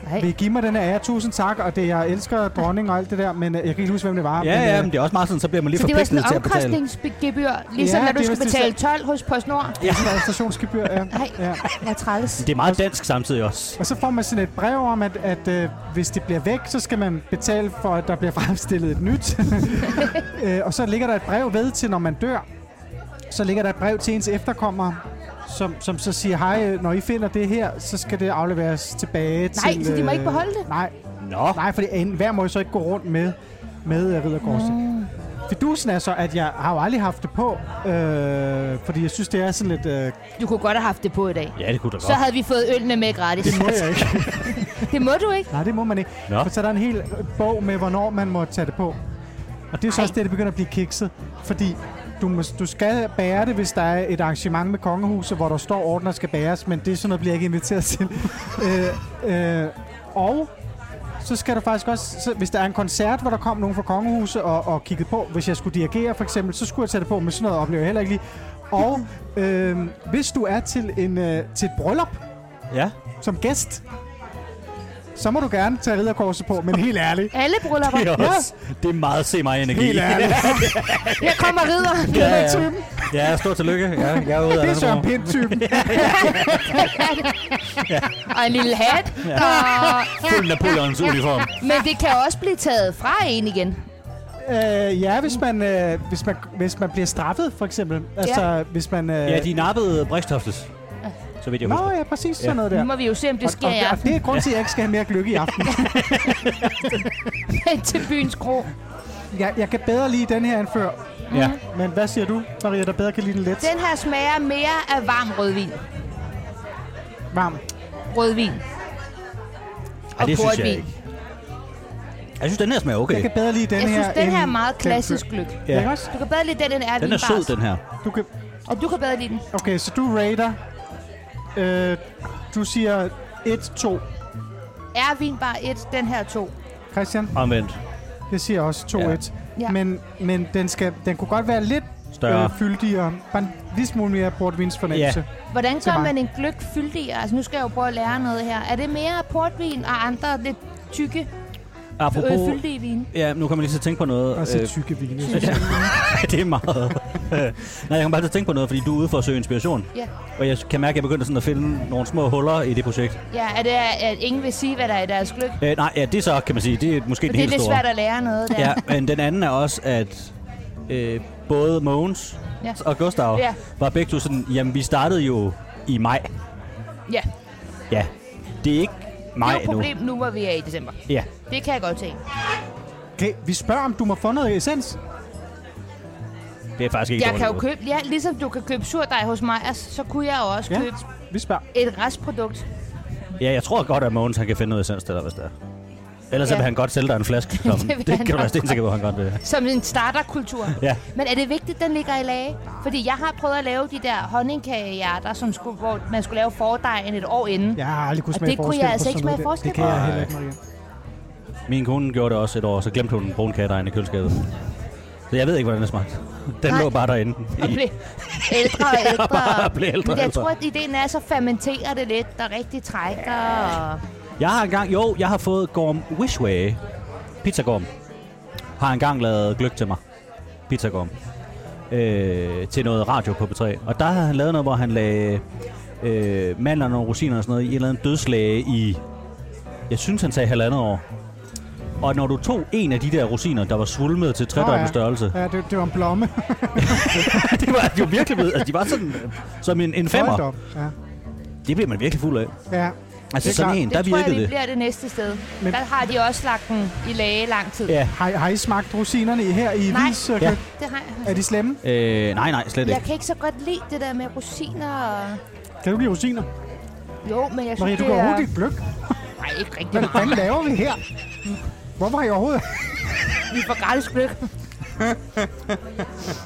B: Nej.
C: vil I give mig den her ære? Tusind tak, og det, jeg elsker dronning og alt det der, men øh, jeg kan ikke huske, hvem det var. men,
D: Ja, ja,
C: øh,
D: men det er også meget sådan, så bliver man lige
B: Så det var sådan
D: forpligtet
B: et
D: til at betale.
B: omkostningsgebyr, ligesom
C: Ja,
B: ja, når
C: det
B: du
C: er
B: skal
C: vist det,
B: betale 12 hos PostNord.
C: ja. Administrationsgebyr, ja.
B: Nej,
C: ja.
B: hvor træls.
D: Det er meget dansk samtidig også.
C: Og så får man sådan et brev om, at, at øh, hvis det bliver væk, så skal man betale for, at der bliver fremstillet et nyt. øh, og så ligger der et brev ved til, når man dør. Så ligger der et brev til ens efterkommere, som, som så siger, hej, øh, når I finder det her, så skal det afleveres tilbage
B: Nej,
C: til...
B: så de må
C: øh,
B: ikke beholde det?
C: Nej,
D: Nå,
C: nej for hver må jo så ikke gå rundt med, med øh, ridderkorset. Mm. Fidusen er så, at jeg har jo aldrig haft det på, øh, fordi jeg synes, det er sådan lidt... Øh,
B: Du kunne godt have haft det på i dag.
D: ja, det kunne da
B: Så
D: godt.
B: havde vi fået ølene med gratis.
C: det må jeg ikke.
B: det må du ikke.
C: Nej, det må man ikke.
D: Nå.
C: Nå. For så er der en hel bog med, hvornår man må tage det på. Og det er så
B: Ej.
C: også det, det begynder at blive kikset. Fordi du, må, du skal bære det, hvis der er et arrangement med kongehuset, hvor der står ordner skal bæres, men det er sådan noget, bliver jeg ikke inviteret til. øh, øh, og så skal du faktisk også, så, hvis der er en koncert, hvor der kom nogen fra kongehuset og, og kiggede på, hvis jeg skulle dirigere for eksempel, så skulle jeg tage det på, men sådan noget oplever jeg heller ikke lige. Og øh, hvis du er til, en, øh, til et bryllup,
D: Ja.
C: som gæst, så må du gerne tage ridderkorset på, men helt ærligt.
B: Alle bryllupper.
D: Det er, også, det er meget se mig energi.
C: Helt ærligt.
B: Her kommer ridder.
D: Ja,
C: Den
D: ja.
C: er typen.
D: Ja, stor tillykke. Ja, jeg er ude af
C: Det er
D: Andersen.
C: Søren Pind-typen.
B: Og en lille hat. Og...
D: Fuld Napoleons uniform.
B: Men det kan også blive taget fra en igen.
C: øh, ja, hvis man, øh, hvis, man, hvis man bliver straffet, for eksempel. Altså, ja. hvis man... Øh,
D: Ja, de nappede Bristoftes. Så vidt jeg
C: Nå
D: husker.
C: ja, præcis sådan
D: Ja.
C: noget
B: Nu
C: der.
B: må vi jo se, om det sker
C: og,
B: i
C: og, og
B: aften
C: det er grund til, at jeg ikke skal have mere gløgg i aften.
B: til byens kro.
C: Jeg, jeg kan bedre lide den her end før.
D: Ja.
C: Men hvad siger du, Maria, der bedre kan lide den let?
B: Den her smager mere af varm rødvin.
C: Varm.
B: Rødvin.
D: Ej, det synes jeg
B: portvin.
D: ikke. Jeg synes, den her smager okay.
C: Jeg kan bedre lide den
B: Jeg
C: her
B: synes, den her er
C: end
B: meget
C: den
B: klassisk
C: før.
B: gløk.
D: Ja.
C: Ikke også?
B: Du kan bedre lide den, end er
D: Den er sød, den her.
C: Du kan,
B: Og du kan bedre lide den.
C: okay, så du rater. Øh, du siger 1-2.
B: Er vinbar 1, den her 2.
C: Christian?
D: Omvendt.
C: Øh, Jeg siger også 2-1.
B: Ja.
C: Ja.
B: Ja.
C: Men, men den, skal, den kunne godt være lidt
D: Større.
C: Øh, fyldigere. Bare en lille smule mere portvinsfornemmelse.
D: Øh,
C: Ja.
B: Hvordan gør
C: mig.
B: man en gløk fyldigere? Altså, nu skal jeg jo prøve at lære noget her. Er det mere portvin og andre lidt tykke, øh,
D: Apropos...
B: fyldige vine?
D: Ja, nu kommer jeg lige til at tænke på noget. Øh,
C: Og så tykke vine. Ja.
D: det er meget. Nej, jeg kommer bare til at tænke på noget, fordi du er ude for at søge inspiration.
B: Ja.
D: Og jeg kan mærke, at jeg begynder sådan at finde nogle små huller i det projekt.
B: Ja, er det, at ingen vil sige, hvad der er i deres gløk?
D: Øh, nej, ja, det så, kan man sige, det er måske
B: For
D: den
B: det er
D: helt
B: lidt
D: store.
B: svært at lære noget der.
D: Ja, men den anden er også, at øh, både Mogens
B: Ja.
D: ja. og Gustav
B: Ja.
D: ja. var begge to sådan, jamen vi startede jo i maj.
B: ja.
D: Ja, det er ikke
B: Det
D: maj
B: er jo et problem nu, hvor vi er i december.
D: nu. Ja.
B: Det kan jeg godt se.
C: Okay, vi spørger, om du må få noget essens.
D: Det er faktisk ikke
B: Jeg kan jo
D: dårligt.
B: købe, ja, ligesom du kan købe surdej hos Meyers, så kunne jeg jo også ja.
C: Ja.
B: købe
C: Vi spørger.
B: et restprodukt.
D: Ja, jeg tror godt, at Mogens han kan finde noget essens til dig, hvis det er. Ellers ja. så
B: Ja.
D: vil han godt sælge dig en flaske. det,
B: vil han
D: det kan du
B: nok.
D: være stensikker på, at han godt vil.
B: Som en starterkultur.
D: Ja.
B: Men er det vigtigt, at den ligger i lage? Fordi jeg har prøvet at lave de der honningkagehjerter, som skulle, hvor man skulle lave fordejen et år inden.
C: Jeg har aldrig kunne
B: Og
C: smage
B: det kunne
C: forskel
B: jeg altså
C: på
B: ikke
C: sådan noget
B: smage forskel
C: der. Det kan
B: på.
C: jeg heller ikke, Maria.
D: Min kone gjorde det også et år, så glemte hun en brun kage derinde i køleskabet. Så jeg ved ikke, hvordan det smagte. Den
B: Nej.
D: lå bare derinde.
B: Og
D: I-
B: blev ældre og ældre.
D: bare blev ældre og
B: Men jeg
D: ældre.
B: tror, at ideen er, så fermenterer det lidt, der rigtig trækker. Og...
D: Jeg har engang, jo, jeg har fået Gorm Wishway. Pizzagorm. Har engang lavet gløk til mig. Pizzagorm. Øh, til noget radio på B3. Og der havde han lavet noget, hvor han lagde øh, mandler og rosiner og sådan noget i en eller anden dødslage i, jeg synes han sagde halvandet år. Og når du tog en af de der rosiner, der var svulmet til
C: Nå,
D: tredømmens
C: ja.
D: størrelse,
C: Ja, det, det var en blomme.
D: det var jo virkelig ved, altså de var sådan øh, som en, en
C: Hold
D: femmer.
C: op. Ja.
D: Det bliver man virkelig fuld af.
C: ja.
D: Altså
C: Det er
D: sådan
C: klart.
D: en,
B: Det
D: der
B: tror jeg,
D: virkede
B: vi
D: det.
B: bliver det næste sted. Men...
C: Men-
B: Der har de også lagt den i lage lang tid.
D: Ja.
C: Har, I- har I smagt rosinerne i- her i
B: Nej.
C: Vis?
D: Ja.
B: Det har jeg.
C: Er de slemme?
D: Øh, nej, nej, slet
B: Jeg
D: ikke.
B: kan ikke så godt lide det der med rosiner og...
C: Kan du lide rosiner?
B: Jo, men jeg synes,
C: Maria, du
B: det
C: går
B: er...
C: hurtigt gløk.
B: Nej, ikke rigtig
C: Hvad
B: meget.
C: fanden laver vi her? Hvorfor har I overhovedet...
B: Vi får gratis gløk.
D: Men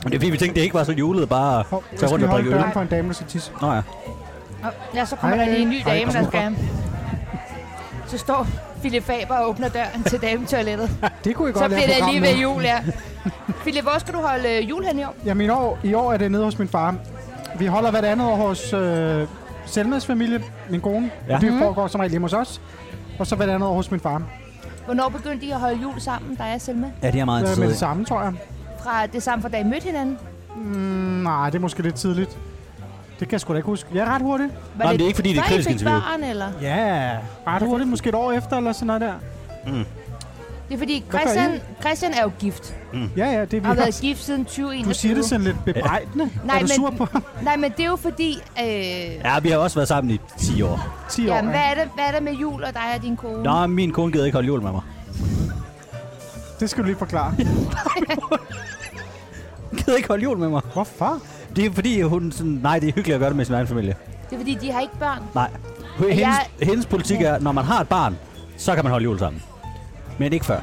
D: det er fordi, vi tænkte, det ikke var så julet bare at
C: Hov,
D: tage rundt og drikke øl.
C: døren for en dame, der skal tisse.
D: Nå ja.
B: Nå, Ja, så kommer
C: Hej,
B: der lige en ny
C: hej,
B: dame, der
C: kom
B: skal... Så står Philip Faber og åbner døren til dametoilettet.
C: Det kunne I godt
B: Så
C: lave
B: bliver det
C: program med.
B: alligevel jul, ja. Philip, hvor skal du holde øh, jul hen i år?
C: Jamen i år, i år er det nede hos min far. Vi holder hvert andet år hos øh, Selmas familie, min kone.
D: Ja.
C: Ja. Mhm. Det foregår som regel hjemme hos os. Og så hvert andet år hos min far.
B: Hvornår begyndte I at holde jul sammen, der er selv med?
D: Ja, det er meget
C: Øh, med det
D: interessant.
C: samme, tror jeg.
B: Fra det samme, fra da I mødte hinanden?
C: Mm, nej, det er måske lidt tidligt. Det kan jeg sgu da ikke huske. Ja, ret hurtigt.
B: Var
D: Nej, men det er ikke, fordi det er
B: før
D: kritisk
B: I fik
D: interview.
B: børn, eller?
C: Ja, ret hurtigt. Måske et år efter, eller sådan noget der.
B: Det er fordi,
C: gør I?
B: Christian, Christian er jo gift.
C: Ja, ja, det er vi.
B: Har været
C: også-
B: gift siden
C: Du
B: 2021.
C: siger det sådan lidt bebrejdende.
B: Nej,
C: er du
B: men-
C: sur på ham?
B: Nej, men det er jo fordi... Øh,
D: Ja, vi har også været sammen i 10 år.
C: 10 år?
B: Jamen, hvad er, det, hvad er det med jul og dig og din kone?
D: Nå, min kone gider ikke holde jul med mig.
C: Det skal du lige forklare.
D: Gider ikke holde jul med mig.
C: Hvorfor?
D: Det er fordi, hun sådan, nej, det er hyggeligt at gøre det med sin egen familie.
B: Det er fordi, de har ikke børn.
D: Nej. Hendes,
B: Jeg-
D: hendes politik er, når man har et barn, så kan man holde jul sammen. Men ikke før.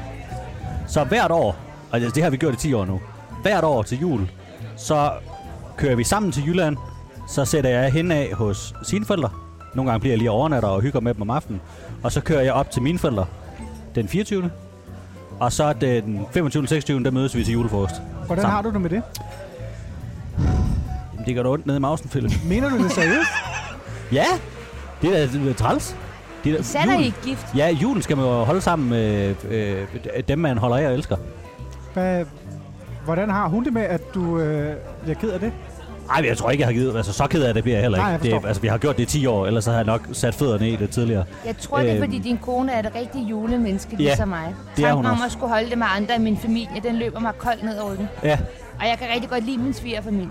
D: Så hvert år, og altså, det det har vi gjort i 10 år nu, hvert år til jul, så kører vi sammen til Jylland, så sætter jeg hende af hos sine forældre. Nogle gange bliver jeg lige og overnatter og hygger med dem om aftenen. Og så kører jeg op til mine forældre den 24. Og så den 25. 26. der mødes vi til julefrokost.
C: Hvordan
D: Sammen.
C: har du det med det?
D: Jamen, det gør da ondt nede i mausen, Philip.
C: Mener du det seriøst?
D: Ja, det er da det er træls. Det er
B: Sat er I
D: julen-
B: ikke gift.
D: Ja, julen skal man jo holde sammen med øh, øh, dem, man holder af og elsker.
C: Hvad, hvordan har hun det med, at du... Øh, jeg er ked af det.
D: Ej, men jeg tror ikke, jeg har givet... Altså, så ked af det bliver jeg heller ikke.
C: Nej, jeg
D: det,
C: forstår.
D: er- altså, vi har gjort det i 10 år, ellers så havde jeg nok sat fødderne i det tidligere.
B: Jeg tror, det er
D: Øhm.
B: fordi, din kone er det rigtige julemenneske, ligesom mig.
D: det er hun
B: om
D: også.
B: at skulle holde det med andre i min familie, den løber mig koldt ned over den.
D: Ja.
B: Og jeg kan rigtig godt lide min svigerfamilie.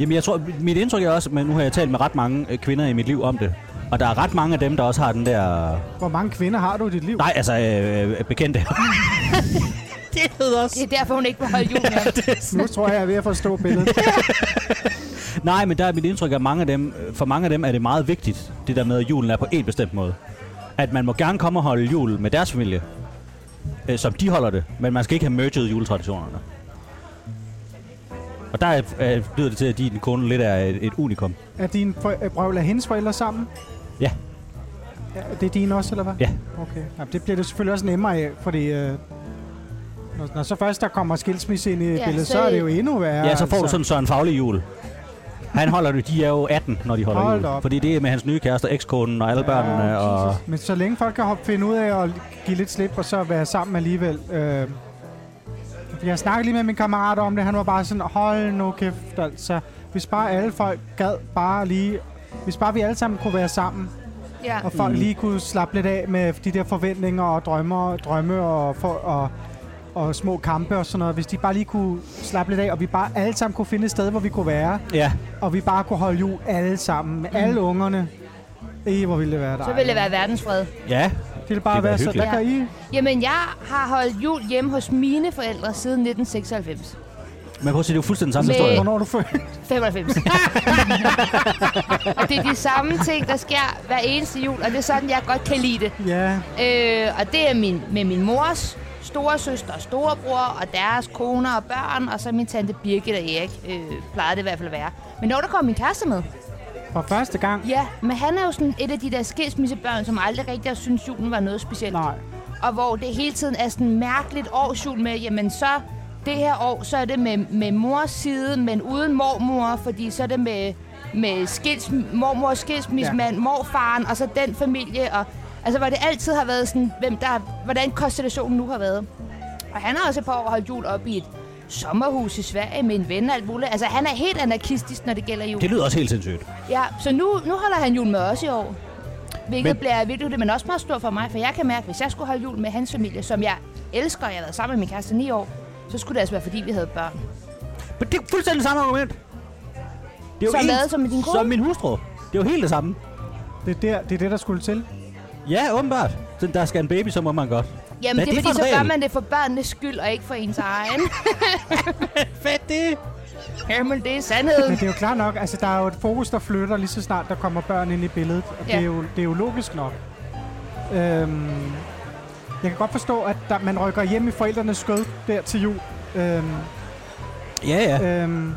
D: Jamen, jeg tror, mit indtryk er også, men nu har jeg talt med ret mange øh, kvinder i mit liv om det. Og der er ret mange af dem, der også har den der...
C: Hvor mange kvinder har du i dit liv?
D: Nej, altså, øh, øh, bekendte. det hedder
B: Det er derfor, hun ikke vil holde jul med. ham.
C: Nu tror jeg, jeg er ved at forstå billedet.
D: Nej, men der er mit indtryk, at mange af dem, øh, for mange af dem er det meget vigtigt, det der med, at julen er på en bestemt måde. At man må gerne komme og holde jul med deres familie, øh, som de holder det, men man skal ikke have merged juletraditionerne. Og der er- er- lyder det til, at din kone lidt er et, et unikum.
C: Er din for, øh, brøvle hendes forældre sammen?
D: Ja.
C: ja. Det er dine også, eller hvad?
D: Ja.
C: Okay. Jamen, det bliver det selvfølgelig også nemmere af, fordi... Øh, når, når så først der kommer skilsmisse ind i
B: Ja,
C: ja, billedet,
B: så
C: så, er det
B: det-
C: jo endnu værre. altså.
D: Ja, så får du sådan Søren Faglig jul. Han holder det, de er jo 18, når de holder
C: Hold
D: jul.
C: op.
D: Fordi det er med hans nye kæreste, ekskonen og alle ja, børnene. Og...
C: Men så længe folk kan hoppe- finde ud af at give lidt slip, og så være sammen alligevel. Øh, jeg snakkede lige med min kammerat om det. Han var bare sådan, hold nu kæft, altså. Hvis bare alle folk gad bare lige... Hvis bare vi alle sammen kunne være sammen,
B: Ja.
C: og folk lige kunne slappe lidt af med de der forventninger og drømmer, drømme og, for, og, og små kampe og sådan noget. Hvis de bare lige kunne slappe lidt af, og vi bare alle sammen kunne finde et sted, hvor vi kunne være,
D: Ja,
C: og vi bare kunne holde jul alle sammen, med alle ungerne. Ej, hvor ville det være dejligt.
B: Så vil det være verdensfred.
D: ja.
C: Det ville bare
D: Det
C: det
D: ville
C: være
D: være
C: så. Hvad gør I?
B: Jamen, jeg har holdt jul hjemme hos mine forældre siden 1996.
D: Men prøv at se, det er jo fuldstændig samme
B: Men-
D: historie.
C: Hvornår er du født?
B: 95. og det er de samme ting, der sker hver eneste jul, og det er sådan, jeg godt kan lide det.
C: ja,
B: Øh, og det er min, med min mors store søster og storebror og deres koner og børn, og så min tante Birgit og Erik øh, plejede det i hvert fald at være. Men når der kom min kæreste med,
C: for første gang.
B: ja, men han er jo sådan et af de der skilsmissebørn, som aldrig rigtig har syntes, julen var noget specielt.
C: Nej.
B: Og hvor det hele tiden er sådan mærkeligt årsjul med, jamen så det her år, så er det med, med mors side, men uden mormor, fordi så er det med, med skils, mormors skilsmissemand, ja. morfaren, og så den familie. Og, altså, hvor det altid har været sådan, hvem der, hvordan konstellationen nu har været. Og han har også på år holdt jul op i et sommerhus i Sverige med en ven og alt muligt. Altså, han er helt anarkistisk, når det gælder jul.
D: Det lyder også helt sindssygt.
B: Ja, så nu, nu holder han jul med os i år. Hvilket
D: Men-
B: men... bliver virkelig det, men også meget stort for mig, for jeg kan mærke, at hvis jeg skulle holde jul med hans familie, som jeg elsker, og jeg har været sammen med min kæreste i ni år, så skulle det altså være, fordi vi havde børn.
D: Men det er fuldstændig samme argument. Det er
B: Som
D: ens-
B: hvad? Som med din kone?
D: Som min hustru. Det er jo helt det samme.
C: Det er, der, det er det, der skulle til.
D: Ja, åbenbart. Så der skal en baby, så må man godt.
B: Jamen,
D: Hvad
B: det er
D: for
B: fordi, så
D: en
B: gør
D: regel?
B: man det for børnenes skyld, og ikke for ens egen.
D: Fedt det.
B: Jamen, det er
C: Men
B: sandheden.
C: det er jo klart nok, altså der er jo et fokus, der flytter lige så snart, der kommer børn ind i billedet. Og det,
B: Ja.
C: er jo, det er jo logisk nok. Øhm, jeg kan godt forstå, at der, man rykker hjem i forældrenes skød der til jul. Øhm,
D: Ja, ja.
C: øhm,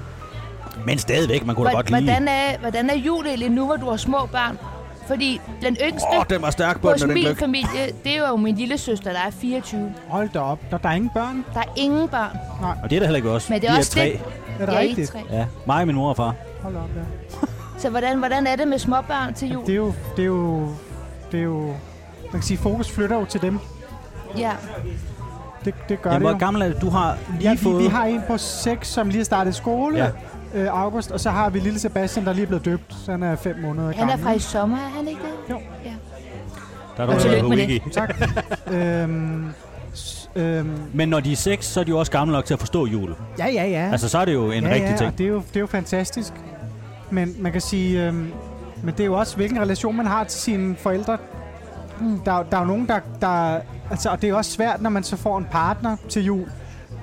D: Men stadigvæk, man kunne da godt
B: Hvor-
D: lide.
B: Hvordan er, hvordan er jul egentlig nu, hvor du har små børn? Fordi den yngste
D: Åh, den var stærk på
B: hos
D: den, den
B: min
D: gløk.
B: familie, det er jo min lille søster, der er 24.
C: hold da op. Der, der er ingen børn.
B: Der er ingen børn.
D: Og det er der heller ikke også.
B: Men det er
D: Vi
B: også
D: tre.
B: det.
C: Er der
B: Jeg er
C: rigtigt?
B: tre.
D: Ja, mig, min mor og far.
C: Hold op, ja.
B: Så hvordan, hvordan er det med småbørn til jul?
C: Det er jo, det er jo, det er jo, man kan sige, fokus flytter jo til dem.
B: Ja.
C: Det, det gør
D: Jamen,
C: det
D: hvor
C: jo.
D: gammel er du? Du har lige
C: Ja,
D: fået...
C: vi, vi har en på 6, som lige har startet skole,
D: Ja.
C: ja. øh, august, og så har vi lille Sebastian, der lige er blevet døbt, så han er 5 måneder
B: Han er
C: gammel.
B: fra i sommer, er han ikke det?
C: Jo.
B: Ja.
D: Der er
B: Og
D: du
B: tillykke
D: på
B: med det.
D: wiki.
C: Tak. øhm, s- øhm,
D: Men når de er seks, så er de jo også gamle nok til at forstå jul.
C: ja, ja, ja.
D: Altså, så er det jo en
C: ja,
D: rigtig
C: ja,
D: ting.
C: og det er, jo, det er jo fantastisk. Men man kan sige, øhm, men det er jo også, hvilken relation man har til sine forældre. Mm. Der, er jo- der er jo nogen, der, der... Altså, og det er jo også svært, når man så får en partner til jul.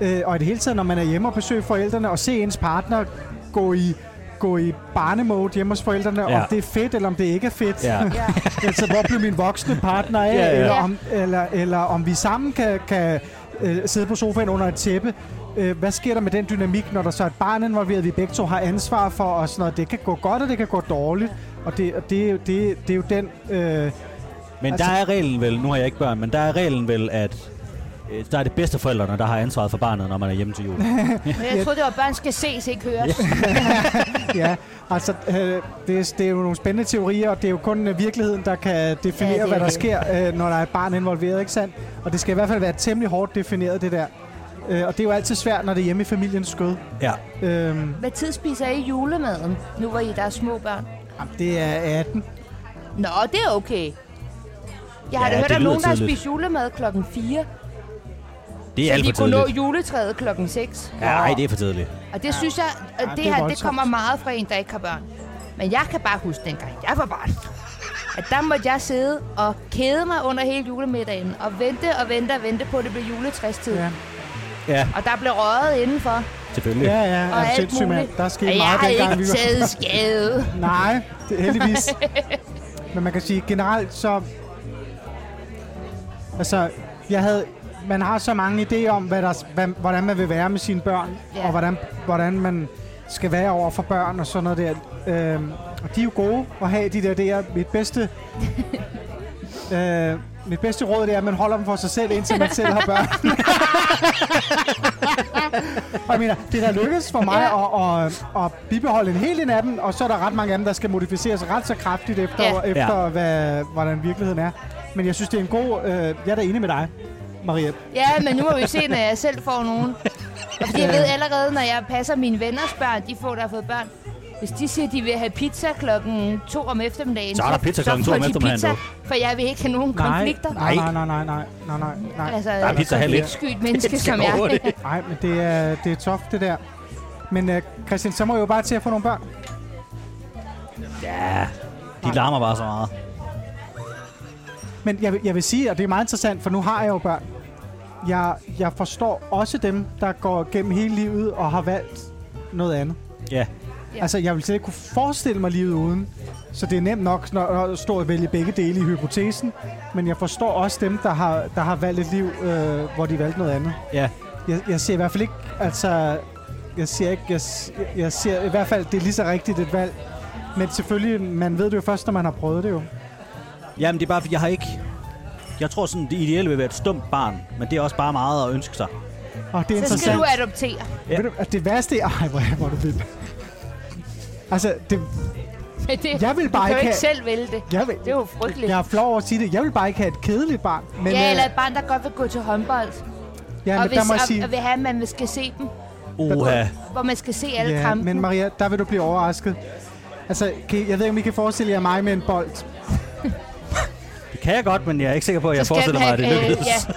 C: Øh, og i det hele taget, når man er hjemme og besøger forældrene, og ser ens partner gå i gå i barnemode hjemme hos forældrene, ja.
D: Ja.
C: om det er fedt, eller om det ikke er fedt.
D: Ja.
B: ja.
C: altså, hvor blev min voksne partner af?
D: Ja, ja.
C: Eller,
B: Ja.
C: om, eller, eller om vi sammen kan, kan øh, sidde på sofaen under et tæppe. Øh, hvad sker der med den dynamik, når der så er et barn involveret, vi begge to har ansvar for, og sådan noget. Det kan gå godt, og det kan gå dårligt. Og det, og det, er jo- det, det er jo den... Øh,
D: Men
C: Altså-
D: altså, der er reglen vel, nu har jeg ikke børn, men der er reglen vel, at øh, der er det bedste forældrene, der har ansvaret for barnet, når man er hjemme til jul.
B: Men jeg troede, det var, at børn skal ses, ikke høres.
C: ja, altså, øh, det, er- det er jo nogle spændende teorier, og det er jo kun øh, virkeligheden, der kan definere,
B: Ja, det
C: ja,
B: er
C: hvad der
B: det.
C: sker, øh, når der er et barn involveret, ikke sandt? Og det skal i hvert fald være temmelig hårdt defineret, det der. Øh, og det er jo altid svært, når det er hjemme i familiens skød.
D: ja.
C: Øh,
B: Hvad tid spiser I julemaden, nu hvor I der er små børn?
C: Jamen, det er 18.
B: Nå, det er okay. Jeg har
D: Ja,
B: da hørt,
D: det
B: at
D: lyder
B: nogen, der har
D: tidligt.
B: spist julemad klokken 4,
D: Det er
B: så
D: alt
B: de
D: for
B: kunne nå
D: tidligt.
B: juletræet klokken 6.
D: Nej, det er for tidligt.
B: Og det synes jeg, at det,
C: det er
B: her, det
C: voldsomt.
B: kommer meget fra en, der ikke har børn. Men jeg kan bare huske dengang, jeg var barn. At der måtte jeg sidde og kede mig under hele julemiddagen. Og vente og vente og vente på, at det blev juletræstid.
C: Ja.
B: Ja.
D: Ja,
B: Og der blev røget indenfor.
D: selvfølgelig.
C: Ja,
D: Ja.
C: ja,
B: Og
C: er du
B: alt
C: sindssyg, mand.
B: muligt.
C: Der er sket
B: Og jeg
C: meget
B: har
C: dengang,
B: ikke taget skade.
C: Nej, det er heldigvis. Men man kan sige, generelt så... Altså, jeg havde... Man har så mange idéer om, hvad der, hvad, hvordan man vil være med sine børn,
B: Ja.
C: og hvordan, hvordan man skal være over for børn og sådan noget der. Øhm, og de er jo gode at have de der idéer. Mit bedste, øh, mit bedste råd det er, at man holder dem for sig selv, indtil man selv har børn. og jeg mener, det der lykkes for mig at, at, at bibeholde en hel en af dem, og så er der ret mange af dem, der skal modificeres ret så kraftigt efter,
B: Ja.
C: ja. efter ja. Hvad, hvordan virkeligheden er. Men jeg synes, det er en god... Øh, jeg er da enig med dig, Maria.
B: Ja, men nu må vi se, når jeg selv får nogen. Og fordi jeg ved allerede, når jeg passer mine venners børn, de få, der har fået børn, hvis de siger, at de vil have pizza klokken 2 om eftermiddagen,
D: Så er der pizza klokken
B: så
D: to
B: får
D: om
B: de
D: eftermiddagen,
B: pizza,
D: du.
B: for jeg vil ikke have nogen nej, konflikter.
C: Nej, nej, nej, nej, nej, nej, nej, nej.
B: Altså,
D: Der er pizza halv et.
B: Skyt menneske som jeg.
C: Nej, men det er, det er toft, det der. Men øh, Christian, så må jeg jo bare til at få nogle børn.
D: Ja, de larmer bare så meget.
C: Men jeg, vil- jeg vil sige, og det er meget interessant, for nu har jeg jo børn. Jeg, jeg forstår også dem, der går gennem hele livet og har valgt noget andet.
D: Ja,
B: Ja.
C: Altså, jeg ville slet ikke kunne forestille mig livet uden. Så det er nemt nok når, at stå og vælge begge dele i hypotesen. Men jeg forstår også dem, der har, der har valgt et liv, øh, hvor de valgte noget andet.
D: ja.
C: Jeg, jeg ser i hvert fald ikke, altså... Jeg ser ikke, jeg, s- jeg ser i hvert fald, det er lige så rigtigt et valg. Men selvfølgelig, man ved det jo først, når man har prøvet det jo.
D: Jamen, det er bare, fordi jeg har ikke... Jeg tror sådan, det ideelle vil være et stumt barn, men det er også bare meget at ønske sig.
C: Og det er
B: Så skal
C: interessant.
B: du adoptere.
D: Ja.
C: Ja. Ved du, at det værste er... Ej, hvor er hvor er du vild. Altså, det,
B: Men det,
C: Jeg vil bare
B: du kan jo
C: ikke
B: ikke
C: have-
B: selv vælge det.
C: jeg, vil,
B: Det er jo frygteligt.
C: jeg er flov over at sige det. Jeg vil bare ikke have et kedeligt barn. Men,
B: ja,
C: øh,
B: eller et barn, der godt vil gå til håndbold.
C: ja,
B: og,
C: men
B: hvis,
C: der må jeg
B: og,
C: sige...
B: og vil have, at man skal se dem.
D: Oha.
B: Hvor man skal se alle
C: ja,
B: kampen.
C: men Maria, der vil du blive overrasket. Altså, kan, jeg ved ikke, om I kan forestille jer mig med en bold.
D: Det kan jeg godt, men jeg er ikke sikker på, at jeg
B: Så skal
D: forestiller
B: den
D: mig, at det
B: have- øh,
D: lykkes.
B: ja.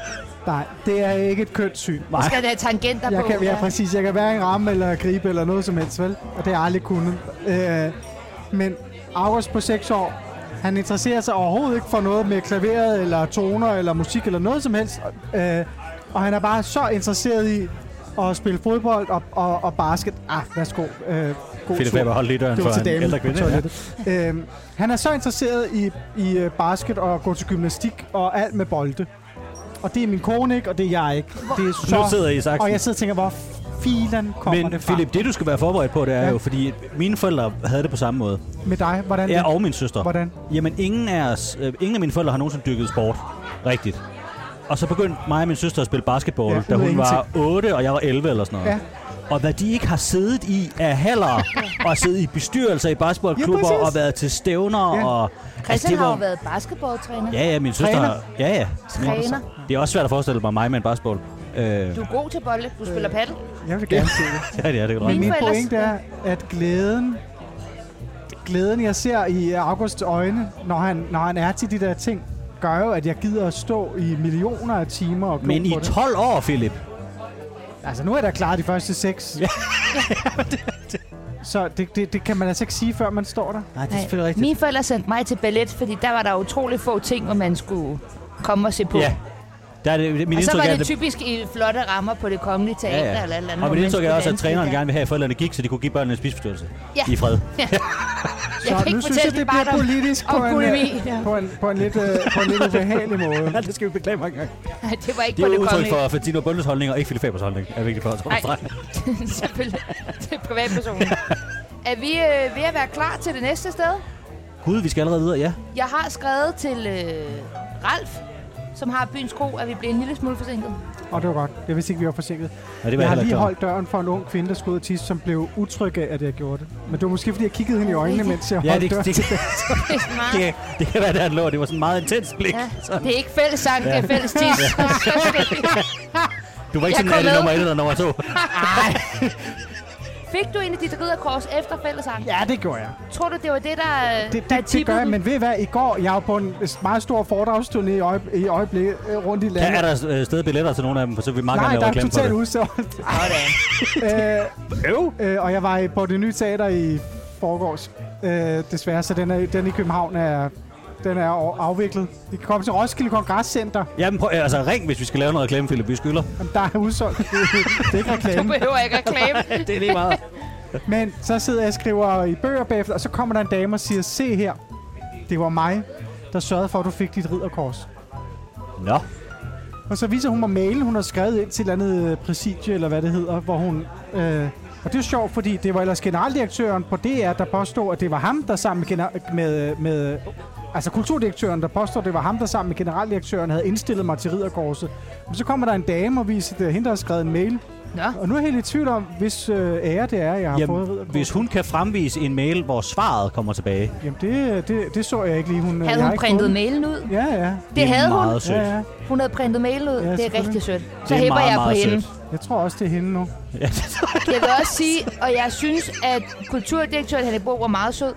C: Nej, det er ikke et kønt syn.
B: Så skal der have tangenter
C: Jeg
B: på.
C: kan, ja, præcis. Jeg kan være en ramme eller gribe eller noget som helst, vel? Og det har jeg aldrig kunnet. Øh, men August på 6 år, han interesserer sig overhovedet ikke for noget med klaveret eller toner eller musik eller noget som helst. Øh, og han er bare så interesseret i at spille fodbold og, og, og basket. Ah, værsgo. Øh, god
D: Philip
C: tur.
D: Weber, hold lige døren
C: Det
D: for
C: var til
D: en
C: damen
D: ældre
C: på
D: kvinde. Ja.
C: toilettet. Øhm, han er så interesseret i, i øh, basket og gå til gymnastik og alt med bolde. Og det er min kone ikke, og det er jeg ikke. Det er så...
D: Nu sidder I i saksen.
C: Og jeg sidder og tænker, hvor filen kommer
D: Men
C: det fra?
D: Philip, det du skal være forberedt på, det er
C: Ja.
D: jo, fordi mine forældre havde det på samme måde.
C: Med dig, hvordan
D: Ja,
C: det?
D: og min søster.
C: Hvordan?
D: Jamen, ingen af, os, øh, ingen af mine forældre har nogensinde dykket sport. Rigtigt. Og så begyndte mig og min søster at spille basketball,
C: Ja,
D: ja, da
C: ud af
D: hun var 8, og jeg var 11 eller sådan noget.
C: Ja.
D: og hvad de ikke har siddet i af haller, og siddet i bestyrelser i basketballklubber,
C: Ja, præcis.
D: og været til stævner,
C: Ja.
D: ja. og...
B: Christian
D: Altså, det
B: har
D: var-
B: jo været basketballtræner.
D: Ja, ja, min søster...
C: Træner.
D: Ja, ja.
B: Træner.
D: Det er også svært at forestille mig mig med en basketball. Øh,
B: Du er god til bolde. Du spiller paddel.
C: Jeg vil gerne se det.
D: ja, det er det godt.
C: Men
B: Mine
C: min
B: forældres-
C: pointe er, at glæden, glæden jeg ser i Augusts øjne, når han, når han er til de der ting, gør jo, at jeg gider at stå i millioner af timer og glo
D: Men i
C: på det.
D: 12 år, Philip.
C: Altså, nu er der klaret de første seks. Ja. Så det, det, det kan man altså ikke sige, før man står der.
D: Nej,
B: Mine forældre sendte mig til ballet, fordi der var der utrolig få ting, hvor man skulle komme og se på.
D: Ja. Der er det, min
B: og så
D: indtryk
B: var
D: er,
B: det
D: at
B: typisk i flotte rammer på det kongelige teater ja, ja. eller et eller andet.
D: Og
B: hvor
D: mit
B: man
D: indtryk er
B: skulle
D: også, at
B: danse
D: træneren
B: lidt der.
D: gerne vil have, at forældrene gik, så de kunne give børnene en spiseforstyrrelse.
B: Ja.
D: I fred.
B: Jeg kan
C: Så nu
B: ikke
C: synes
B: fortælle
C: jeg, det
B: det bare
C: bliver
B: om...
C: politisk på
B: om
C: en,
B: bulimi.
C: øh,
B: Ja.
C: på, en, på, en lidt, øh, på en lidt ubehagelig måde.
D: det skal vi beklage mange gange.
B: Nej, det var ikke
D: Det er
B: på
D: jo
B: det
D: udtryk
B: kongelige.
D: for Fantino Bøndes holdning, og ikke Philip Fabers holdning, er vigtigt for os.
B: Nej, selvfølgelig. Det er privatpersonen. Er vi øh, ved at være klar til det næste sted?
D: Gud, vi skal allerede videre, ja.
B: Jeg har skrevet til øh, Ralf, som har byens kro, at vi bliver en lille smule forsinket.
C: Og det var godt. Jeg vidste ikke, vi var forsinket.
D: ja det var
C: Jeg har
D: heller
C: lige
D: ikke klar.
C: holdt døren for en ung kvinde, der skulle ud og tisse, som blev utryg af, at jeg gjorde det. Men det var måske, fordi jeg kiggede hende i øjnene, mens jeg
D: Ja,
C: holdt
D: det,
C: døren.
D: det, det,
B: Det er, sådan
D: det,
B: meget,
D: det kan være, der han lå. Det var sådan en meget intens blik.
B: ja,
D: Så,
B: det er ikke fælles sang, det er fælles tis.
D: du var ikke
B: Jeg
D: sådan,
B: kom
D: at det
B: med.
D: nummer et eller nummer to.
B: Fik du en af dit ridderkors efter fællesang?
C: Ja, det gjorde jeg.
B: Tror du, det var det, der, øh, der
C: Det, det, det gør
B: tippede
C: jeg,
B: den?
C: men ved I hvad? I går, jeg var på en øh, meget stor foredragsturné i, øje, i øjeblikket øh, rundt i
D: Ja,
C: landet.
D: er der øh, stadig billetter til nogle af dem, for så vil vi meget
C: Nej,
D: gerne
C: der
D: lave
C: er
D: reklame for
C: totalt
D: det.
C: udsolgt. øh, øv. Øh, og jeg var i- på det nye teater i forgårs, øh, desværre, så den, er, den i København er, den er over- afviklet. I kan komme til Roskilde Kongresscenter,
D: Jamen, prøv, altså ring, hvis vi skal lave noget reklame, Philip. Vi skylder.
C: Jamen, der er udsolgt. det, det er ikke
B: Du
C: reklame.
B: behøver ikke reklame.
D: Det er lige meget.
C: Men så sidder jeg og skriver i bøger bagefter, og så kommer der en dame og siger, se her, det var mig, der sørgede for, at du fik dit ridderkors.
D: Nå.
C: Og så viser hun mig mailen, hun har skrevet ind til et eller andet øh, præsidie, eller hvad det hedder, hvor hun... Øh, og det er sjovt, fordi det var ellers generaldirektøren på DR, der påstod, at det var ham, der sammen med... gener- med, med altså kulturdirektøren, der påstod, at det var ham, der sammen med generaldirektøren havde indstillet mig til ridderkorset. Men så kommer der en dame og viser, at det er hende, der har skrevet en mail.
B: Nå,
C: Og nu er jeg helt i tvivl om, hvis øh, ære det er, jeg har Jamen, fået
D: Jamen,
C: ridderkorset.
D: hvis hun kan fremvise en mail, hvor svaret kommer tilbage.
C: Jamen, det, det, det så jeg ikke lige. Hun, øh, jeg
B: havde
C: har
B: hun
C: ikke
B: printet
C: fået-
B: mailen ud?
C: Ja, ja,
B: Det havde hun.
D: meget sødt.
C: ja, ja.
B: Hun havde printet mailen ud.
C: Ja,
B: det er
C: selvfølgelig.
B: rigtig sødt. Så
D: Det er
B: hæpper
D: meget,
B: jeg på
D: meget
B: hende.
D: sødt.
C: Jeg tror også, det er hende nu.
D: Ja, det tror jeg.
B: Jeg vil også sige, og jeg synes, at kulturdirektøren Henrik Bo var meget sød.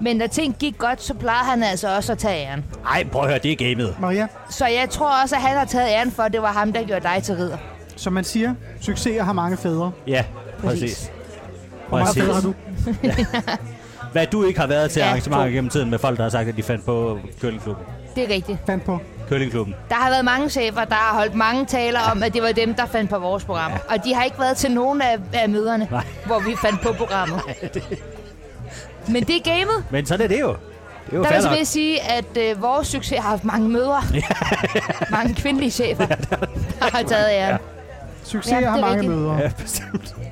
B: Men når ting gik godt, så plejede han altså også at tage æren.
D: Ej, prøv at høre, det er gamet.
C: Maria,
B: Så jeg tror også, at han har taget æren for, at det var ham, der gjorde dig til ridder.
C: som man siger, succeser har mange fædre.
D: Ja, præcis.
B: Præcis.
C: Hvor
D: Præcis.
C: meget har du?
D: Hvad du ikke har været til
B: Ja,
D: arrangementer
B: to.
D: gennem tiden med folk, der har sagt, at de fandt på Køllingklubben.
B: Det er rigtigt.
C: Fandt på.
D: Køllingklubben.
B: Der har været mange chefer, der har holdt mange taler om, at det var dem, der fandt på vores program. Og de har ikke været til nogen af, af møderne,
D: Nej.
B: hvor vi fandt på programmet. Men det er gamet.
D: Men sådan er det jo. Det er jo
B: Der
D: fair
B: vil jeg
D: nok.
B: vil sige, at øh, vores succes har haft mange mødre. mange kvindelige chefer, der har taget æren.
C: Succeser
B: Ja, det
C: ja,
B: er
C: har mange
B: rigtigt.
C: mødre.
D: Ja, bestemt. bestemt.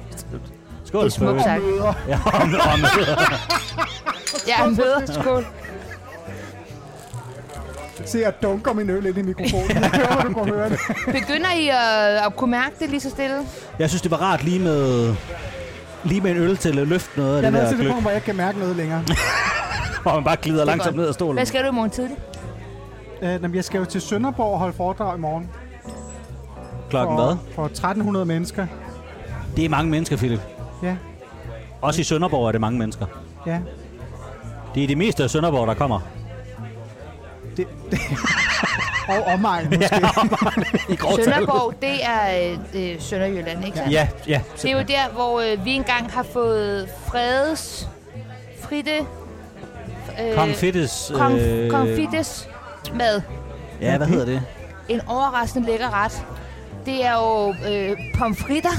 D: Skål,
B: Det er smukt sagt.
D: Ja, om, om,
B: Ja, møder. Skål.
C: Se, jeg dunker min øl ind i mikrofonen. Jeg hører, du kunne høre det.
B: Begynder I at, at kunne mærke det lige så stille?
D: Jeg synes, det var rart lige med... Lige med en øl til at løfte noget af
C: Jeg er
D: det
C: nået
D: der
C: til det
D: gløk,
C: punkt, hvor jeg ikke kan mærke noget længere.
D: og man bare glider
B: er
D: langsomt
B: godt.
D: ned ad stolen.
B: Hvad skal du i morgen tidlig?
C: Øh, jamen, jeg skal jo til Sønderborg og holde foredrag i morgen.
D: Klokken
C: for,
D: hvad?
C: for 1300 mennesker.
D: Det er mange mennesker, Philip.
C: Ja,
D: Også i Sønderborg er det mange mennesker.
C: ja.
D: Det er det meste af Sønderborg, der kommer.
C: Det, det. og omegn måske. Ja.
D: I grove tal.
B: Sønderborg, det er øh, øh, Sønderjylland, ikke sandt?
D: Ja, ja.
B: Det er jo der, hvor øh, vi engang har fået fredes... Fritte... Øh,
D: Konfittes...
B: konf- konfites med
D: øh, Ja, hvad hedder det?
B: en overraskende lækker ret. Det er jo øh, pomfritter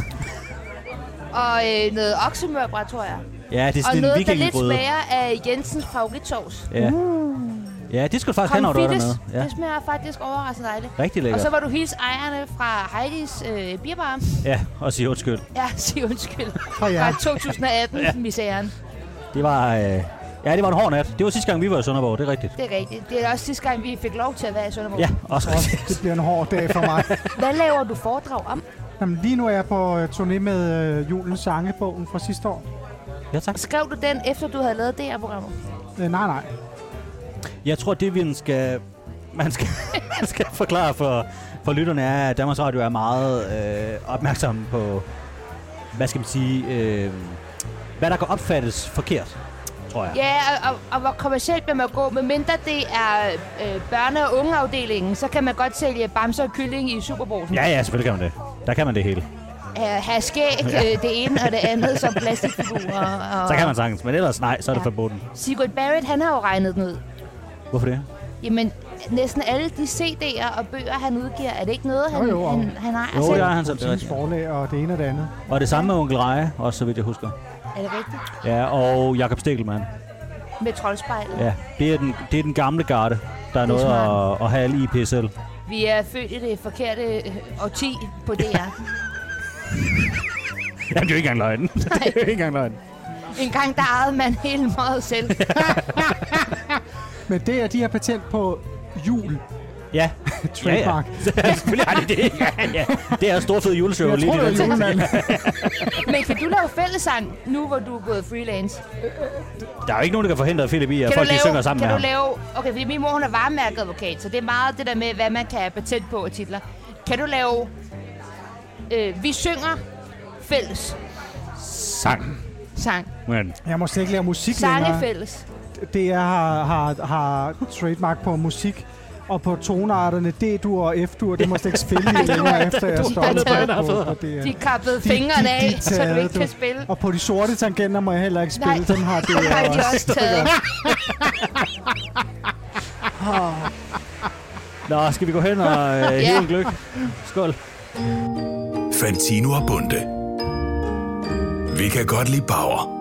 B: og øh, noget oksemørbræt, tror jeg.
D: Ja, det er
B: Og
D: sådan en
B: noget, der lidt
D: vikingegryde.
B: smager af Jensens favoritsovs.
D: Ja. ja, det skulle du faktisk have, når du er
B: Konfites,
D: dernede. Ja.
B: det smager faktisk overraskende dejligt.
D: Rigtig
B: Og
D: lækkert.
B: så var du hils ejerne fra Heidis øh, bierbar.
D: Ja, og sige undskyld.
B: Ja, sig undskyld.
C: Og ja.
B: Fra 2018, ja. misæren.
D: Det var... Øh... Ja, det var en hård nat. Det var sidste gang, vi var i Sønderborg, det er rigtigt.
B: Det er rigtigt. Det er også sidste gang, vi fik lov til at være i Sønderborg.
D: Ja, også
C: Og
D: rigtigt.
C: det bliver en hård dag for mig.
B: Hvad laver du foredrag om?
C: Jamen, lige nu er jeg på øh, turné med øh, julens sangebogen fra sidste år.
D: Ja, tak.
B: Skrev du den, efter du havde lavet det her programmet?
C: Øh, nej, nej.
D: Jeg tror, det vi skal, man skal, man skal forklare for, for lytterne, er, at Danmarks Radio er meget øh, opmærksom på, hvad skal man sige, øh, hvad der kan opfattes forkert, tror jeg.
B: Ja, og, og, og hvor kommercielt vil man gå? Med mindre det er øh, børne- og ungeafdelingen, så kan man godt sælge bamser og kylling i Superbrugsen.
D: Ja, ja, selvfølgelig kan man det. Der kan man det hele.
B: Ha- have skæg, øh, det ene og det andet, som plastikfigurer. Og,
D: Så kan man sagtens, men ellers nej, så er det
B: Ja.
D: forbudt.
B: Sigurd Barrett, han har jo regnet den ud.
D: Hvorfor det?
B: Jamen, næsten alle de CD'er og bøger, han udgiver, er det ikke noget, han,
C: jo, og-
B: han, han har
D: Jo,
B: selv?
D: Altså, det er han selv. Det er
C: Hendes
D: rigtigt.
C: forlag og det ene og det andet.
D: Og det samme med Onkel Reje, også så vidt jeg husker.
B: Er det rigtigt?
D: Ja, og Jakob Stikkelmann.
B: Med troldspejlet.
D: Ja, det er den, det er den gamle garde, der er, noget
B: smart.
D: at, at have lige i PSL.
B: Vi er født i det forkerte øh, årti på DR.
D: Jamen, det er jo ikke engang løgn. det er jo ikke engang løgn.
B: en gang der ejede man hele meget selv.
C: Men det er, de har patent på jul.
D: Ja.
C: Trademark.
D: Ja, ja. Selvfølgelig har de det. Ja, ja. Det er et stort fedt juleshow.
C: Jeg
D: lige
C: tror, det
D: i
C: er
D: den tid.
C: julemand.
B: Men kan du lave fællesang, nu hvor du er gået freelance?
D: Der er jo ikke nogen, der kan forhindre Philip i, at
B: Kan
D: folk
B: du
D: de
B: lave,
D: synger sammen
B: kan
D: med
B: du
D: ham.
B: lave, okay, fordi min mor hun er varemærkeadvokat, så det er meget det der med, hvad man kan have patent på og titler. Kan du lave, øh, vi synger fælles
D: Sang.
B: sang,
D: Men
C: Jeg må slet ikke lære musik
B: sange
C: længere.
B: fælles?
C: Det er har, har, har trademark på musik og på tonearterne D-dur og F-dur. Det må jeg slet ikke spille i længere, efter jeg
B: Du-
C: stoppede
B: du-
C: på, på, på det.
B: De kappede
C: de-
B: fingrene
C: de
B: af,
C: er
B: så du
C: taget,
B: ikke
C: du.
B: kan spille.
C: Og på de sorte tangenter må jeg heller ikke
B: Nej.
C: spille. Dem har det øh,
B: Det har de
C: også.
B: også taget.
D: Nå, skal vi gå hen og øh, hive en gløk? Skål.
A: Fantino og Bunde. Vi kan godt lide Bauer.